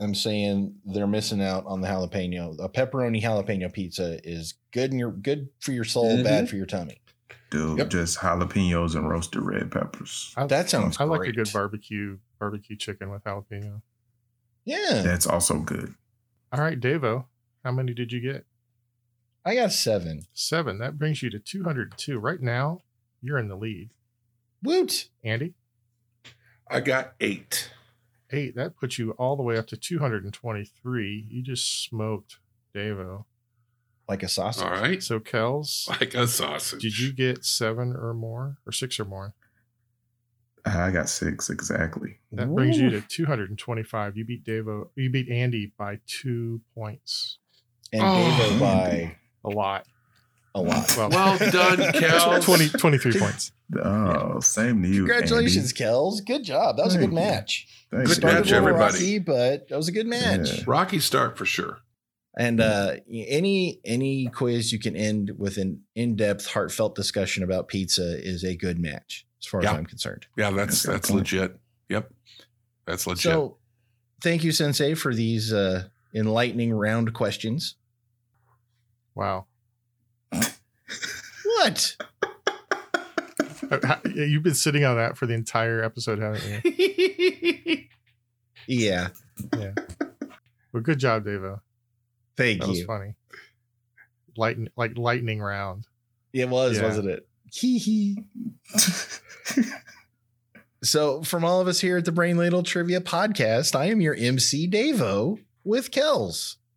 Speaker 1: am saying they're missing out on the jalapeno. A pepperoni jalapeno pizza is good and you're good for your soul,
Speaker 2: Mm-hmm.
Speaker 1: bad for your tummy.
Speaker 2: Dude,
Speaker 3: Yep.
Speaker 2: just jalapenos and roasted red peppers.
Speaker 4: I,
Speaker 1: That sounds
Speaker 4: I like a
Speaker 1: great.
Speaker 4: good barbecue barbecue chicken with jalapeno.
Speaker 1: Yeah.
Speaker 2: That's also good.
Speaker 4: All right, Davo, how many did you get?
Speaker 1: I got 7.
Speaker 4: Seven. That brings you to 202. Right now, you're in the lead.
Speaker 1: Woot.
Speaker 4: Andy,
Speaker 3: I got eight.
Speaker 4: eight. That puts you all the way up to 223. You just smoked Davo.
Speaker 1: Like a sausage.
Speaker 3: All right.
Speaker 4: So, Kels,
Speaker 3: Like a sausage.
Speaker 4: did you get seven or more or six or more?
Speaker 2: I got six exactly.
Speaker 4: That brings you
Speaker 1: Woo.
Speaker 4: to 225. You beat Davo. You beat Andy by two points.
Speaker 1: and
Speaker 3: Oh.
Speaker 1: Davo by
Speaker 4: A lot.
Speaker 1: a lot.
Speaker 3: Well done, Kels.
Speaker 4: 20, 23 points.
Speaker 2: Oh, same to you.
Speaker 1: Congratulations, Kels. Good job. That was a
Speaker 2: Thank
Speaker 1: good
Speaker 2: you.
Speaker 1: match.
Speaker 2: Andy. Thank
Speaker 3: Good
Speaker 2: you.
Speaker 1: Started
Speaker 3: match,
Speaker 1: a little
Speaker 3: everybody.
Speaker 1: rocky, but that was a good match.
Speaker 2: Yeah.
Speaker 3: Rocky start for sure.
Speaker 1: And uh, any any quiz you can end with an in depth, heartfelt discussion about pizza is a good match, as far
Speaker 3: Yeah.
Speaker 1: as I'm concerned.
Speaker 3: Yeah, that's
Speaker 2: That's a good
Speaker 3: that's
Speaker 2: point.
Speaker 3: legit. Yep. That's legit.
Speaker 1: So, thank you, Sensei, for these uh, enlightening round questions.
Speaker 4: Wow.
Speaker 1: What?
Speaker 4: Uh, how- yeah, You've been sitting on that for the entire episode, haven't you?
Speaker 1: Yeah.
Speaker 4: Well, good job, Davo.
Speaker 1: Thank
Speaker 4: That was
Speaker 1: you.
Speaker 4: funny. Lightning, like lightning round.
Speaker 1: It was,
Speaker 4: Yeah.
Speaker 1: wasn't it? Hee hee. So, from all of us here at the Brain Ladle Trivia Podcast, I am your MC Davo with Kells.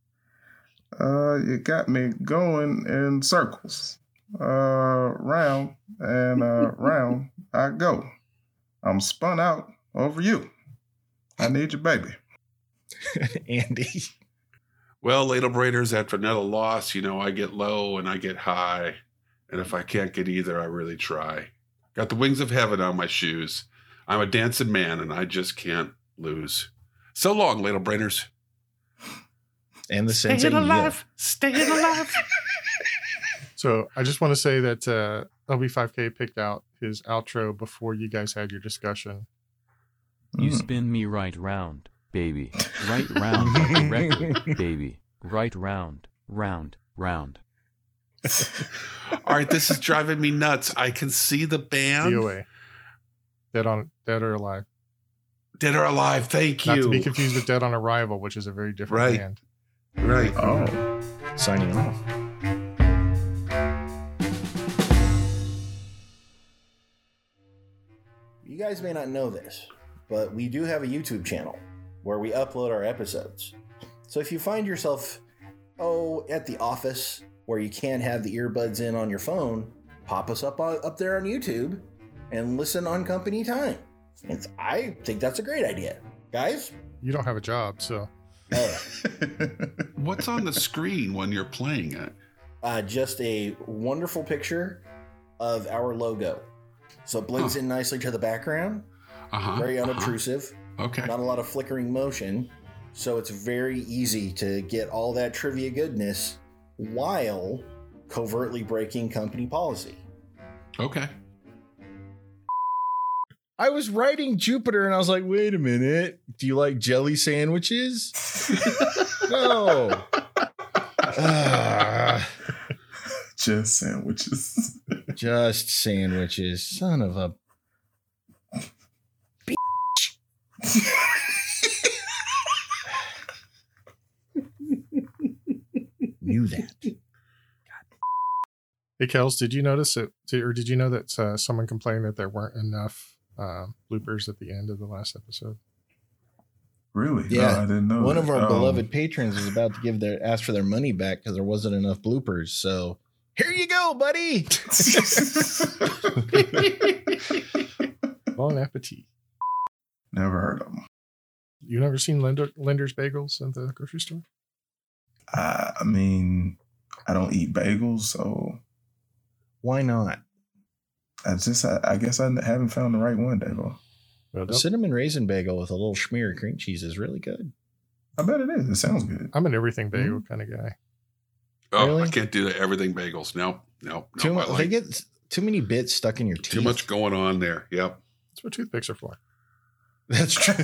Speaker 2: Uh, you got me going in circles. Uh, round and uh, round I go. I'm spun out over you. I need you, baby.
Speaker 1: Andy.
Speaker 3: Well, Ladle Braiders, after another loss, you know, I get low and I get high. And if I can't get either, I really try. Got the wings of heaven on my shoes. I'm a dancing man and I just can't lose. So long, Ladle Braiders.
Speaker 1: And the Sensei. Neil.
Speaker 3: Stay alive.
Speaker 4: So I just want to say that uh, LB5K picked out his outro before you guys had your discussion.
Speaker 7: You spin me right round, baby. Right round, the record, baby. Right round, round, round.
Speaker 3: All right, this is driving me nuts. I can see the band.
Speaker 4: DOA. Dead on Dead or Alive.
Speaker 3: Dead or Alive. Thank
Speaker 4: Not
Speaker 3: you.
Speaker 4: to be confused with Dead on Arrival, which is a very different
Speaker 3: Right.
Speaker 4: band.
Speaker 3: Right.
Speaker 2: Oh,
Speaker 1: Signing off.
Speaker 9: You guys may not know this, but we do have a YouTube channel where we upload our episodes. So if you find yourself, oh, at the office where you can't have the earbuds in on your phone, pop us up on, up there on YouTube and listen on company time. It's, I think that's a great idea, guys.
Speaker 4: You don't have a job, so
Speaker 9: oh,
Speaker 3: What's on the screen when you're playing it?
Speaker 9: uh, just a wonderful picture of our logo. So it blends in nicely to the background,
Speaker 3: Uh huh.
Speaker 9: very unobtrusive.
Speaker 3: Okay.
Speaker 9: not a lot of flickering motion, so it's very easy to get all that trivia goodness while covertly breaking company policy.
Speaker 3: Okay.
Speaker 1: I was writing Jupiter and I was like, wait a minute. Do you like jelly sandwiches? no. Ah,
Speaker 2: just sandwiches.
Speaker 1: just sandwiches. Son of a. Knew that.
Speaker 4: Hey Kels, did you notice it did- or did you know that uh, someone complained that there weren't enough uh, bloopers at the end of the last episode?
Speaker 2: Really?
Speaker 1: Yeah.
Speaker 2: No, I didn't know.
Speaker 1: One of
Speaker 2: that.
Speaker 1: our
Speaker 3: Um,
Speaker 2: Oh.
Speaker 1: beloved patrons is about to give their ask for their money back because there wasn't enough bloopers. So here you go, buddy.
Speaker 4: Bon appetit.
Speaker 2: Never heard of them.
Speaker 4: You never seen Linder, Linder's Bagels at the grocery store?
Speaker 2: I, I mean, I don't eat bagels, so
Speaker 1: Why not?
Speaker 2: I just, I, I guess I haven't found the right one, Davo.
Speaker 4: Well,
Speaker 1: A cinnamon raisin bagel with a little schmear of cream cheese is really good.
Speaker 2: I bet it is. It sounds good.
Speaker 4: I'm an everything bagel
Speaker 1: Mm-hmm.
Speaker 4: kind of guy.
Speaker 3: Oh, I
Speaker 1: Really?
Speaker 3: can't do that. Everything bagels. Nope. Nope. nope.
Speaker 1: too
Speaker 3: I
Speaker 1: much.
Speaker 3: like
Speaker 1: they get s- too many bits stuck in your teeth.
Speaker 3: too much going on there. Yep.
Speaker 4: That's what toothpicks are for.
Speaker 1: That's true.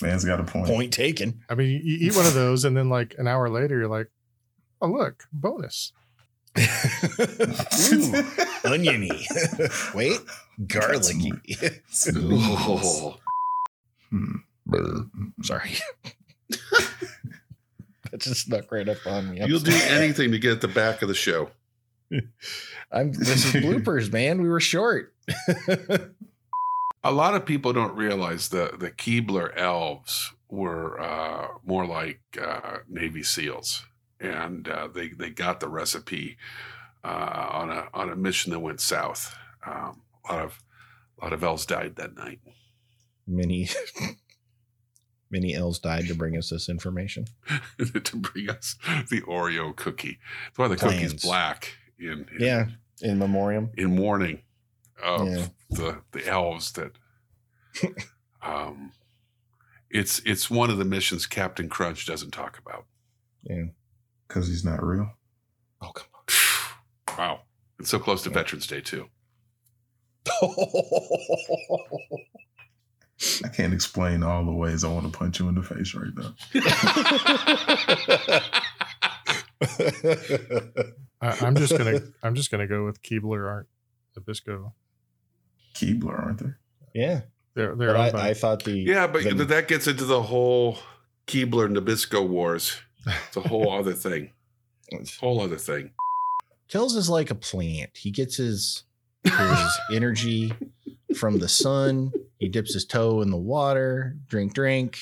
Speaker 2: Man's got a point.
Speaker 1: Point taken.
Speaker 4: I mean, you eat one of those, and then like an hour later, you're like, "Oh look, bonus!"
Speaker 1: Ooh, oniony. Wait, garlicky.
Speaker 3: Oh,
Speaker 2: Hmm.
Speaker 1: Sorry. that just snuck right up on me. I'm
Speaker 3: you'll do
Speaker 1: sorry.
Speaker 3: anything to get at the back of the show.
Speaker 1: I'm, this is bloopers, man. We were short.
Speaker 3: A lot of people don't realize that the Keebler elves were uh, more like uh, Navy SEALs, and uh, they they got the recipe uh, on a on a mission that went south. Um, a lot of a lot of elves died that night.
Speaker 1: many, many elves died to bring us this information.
Speaker 3: to bring us the Oreo cookie. That's why the
Speaker 1: Plans.
Speaker 3: cookie's black in in,
Speaker 1: Yeah. In memoriam.
Speaker 3: in mourning of
Speaker 1: Yeah.
Speaker 3: the the elves that um it's it's one of the missions Captain Crunch doesn't talk about.
Speaker 2: Because he's not real.
Speaker 1: Oh, come on.
Speaker 3: Wow. It's so close to Veterans Day too.
Speaker 2: I can't explain all the ways I want to punch you in the face right now.
Speaker 4: I, I'm just gonna, I'm just gonna go with Keebler Art Nabisco.
Speaker 2: Keebler, aren't they?
Speaker 1: yeah.
Speaker 4: They're
Speaker 1: But
Speaker 4: they're owned
Speaker 1: I,
Speaker 4: by,
Speaker 1: I thought the.
Speaker 3: Yeah, but
Speaker 1: the,
Speaker 3: that gets into the whole Keebler Nabisco wars. It's a whole other thing. Whole other thing.
Speaker 1: Kells is like a plant. He gets his his energy from the sun. He dips his toe in the water, drink, drink,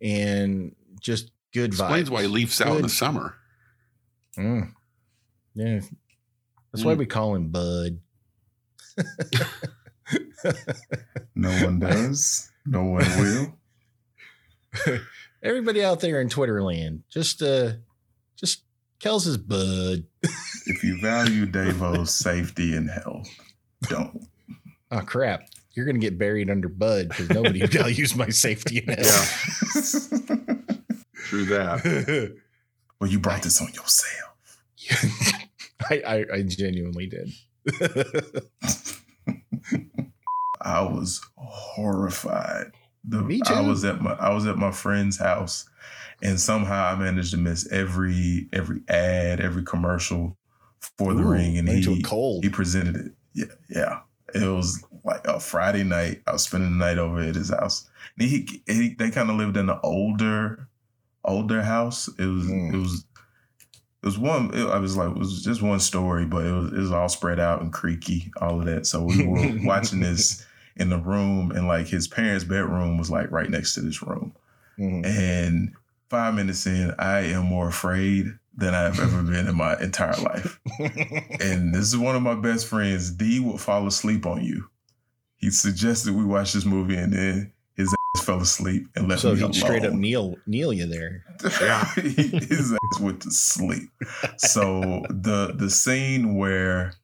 Speaker 1: and just good vibes.
Speaker 3: Explains why he leaves out in the
Speaker 1: Good.
Speaker 3: summer.
Speaker 1: Mm. Yeah, that's
Speaker 3: Mm.
Speaker 1: why we call him Bud.
Speaker 2: No one does. no one will.
Speaker 1: Everybody out there in Twitterland, just uh, just Kells is Bud.
Speaker 2: If you value Davo's safety and health, don't.
Speaker 1: Oh crap, you're gonna get buried under Bud because nobody values my safety. In
Speaker 3: Yeah. True that.
Speaker 2: Well, you brought this on yourself.
Speaker 1: I, I, I genuinely did.
Speaker 2: I was horrified. The,
Speaker 1: Me
Speaker 2: I
Speaker 1: too.
Speaker 2: was at my I was at my friend's house, and somehow I managed to miss every every ad, every commercial for the
Speaker 1: Ooh,
Speaker 2: ring, and
Speaker 1: went
Speaker 2: he
Speaker 1: to a cold.
Speaker 2: he presented it. Yeah, yeah. It was like a Friday night. I was spending the night over at his house. And he, he they kind of lived in an older older house. It was
Speaker 1: Mm.
Speaker 2: it was it was one. It, I was like it was just one story, but it was it was all spread out and creaky, all of that. So we were watching this in the room, and like his parents' bedroom was like right next to this room.
Speaker 1: Mhm.
Speaker 2: And five minutes in, I am more afraid than I've ever been in my entire life
Speaker 1: Mm-hmm.
Speaker 2: and this is one of my best friends. D would fall asleep on you. He suggested we watch this movie, and then his ass fell asleep and left
Speaker 1: so
Speaker 2: me
Speaker 1: he
Speaker 2: alone.
Speaker 1: straight up kneel kneel you there.
Speaker 2: Yeah, his ass went to sleep. So the the scene where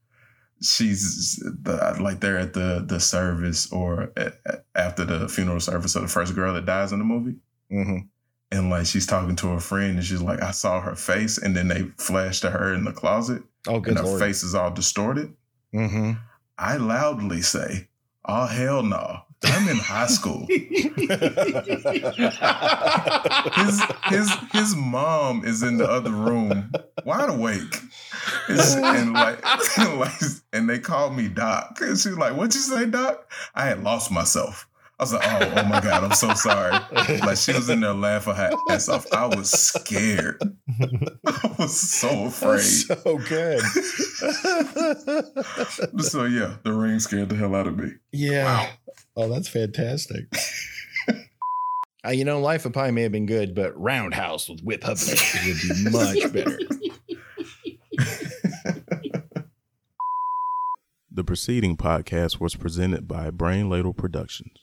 Speaker 2: she's the, like they're at the the service or a a- after the funeral service of the first girl that dies in the movie
Speaker 1: Mhm.
Speaker 2: and like she's talking to her friend and she's like i saw her face and then they flash to her in the closet
Speaker 1: Oh, good
Speaker 2: and her
Speaker 1: lord.
Speaker 2: face is all distorted
Speaker 1: hmm
Speaker 2: I loudly say, "Oh hell no! I'm in high school." His his his mom is in the other room, wide awake, It's- and like, and like- and they call me Doc. And she's like, "What'd you say, Doc?" I had lost myself. I was like, "Oh, oh my god, I'm so sorry." Like she was in there laughing her ass off. I was scared. I was so afraid.
Speaker 1: That's so good.
Speaker 2: So yeah, the ring scared the hell out of me.
Speaker 1: yeah. Oh, that's fantastic. Uh, you know, Life of Pi may have been good, but Roundhouse with Whip Hubley would be much better.
Speaker 11: The preceding podcast was presented by Brain Ladle Productions,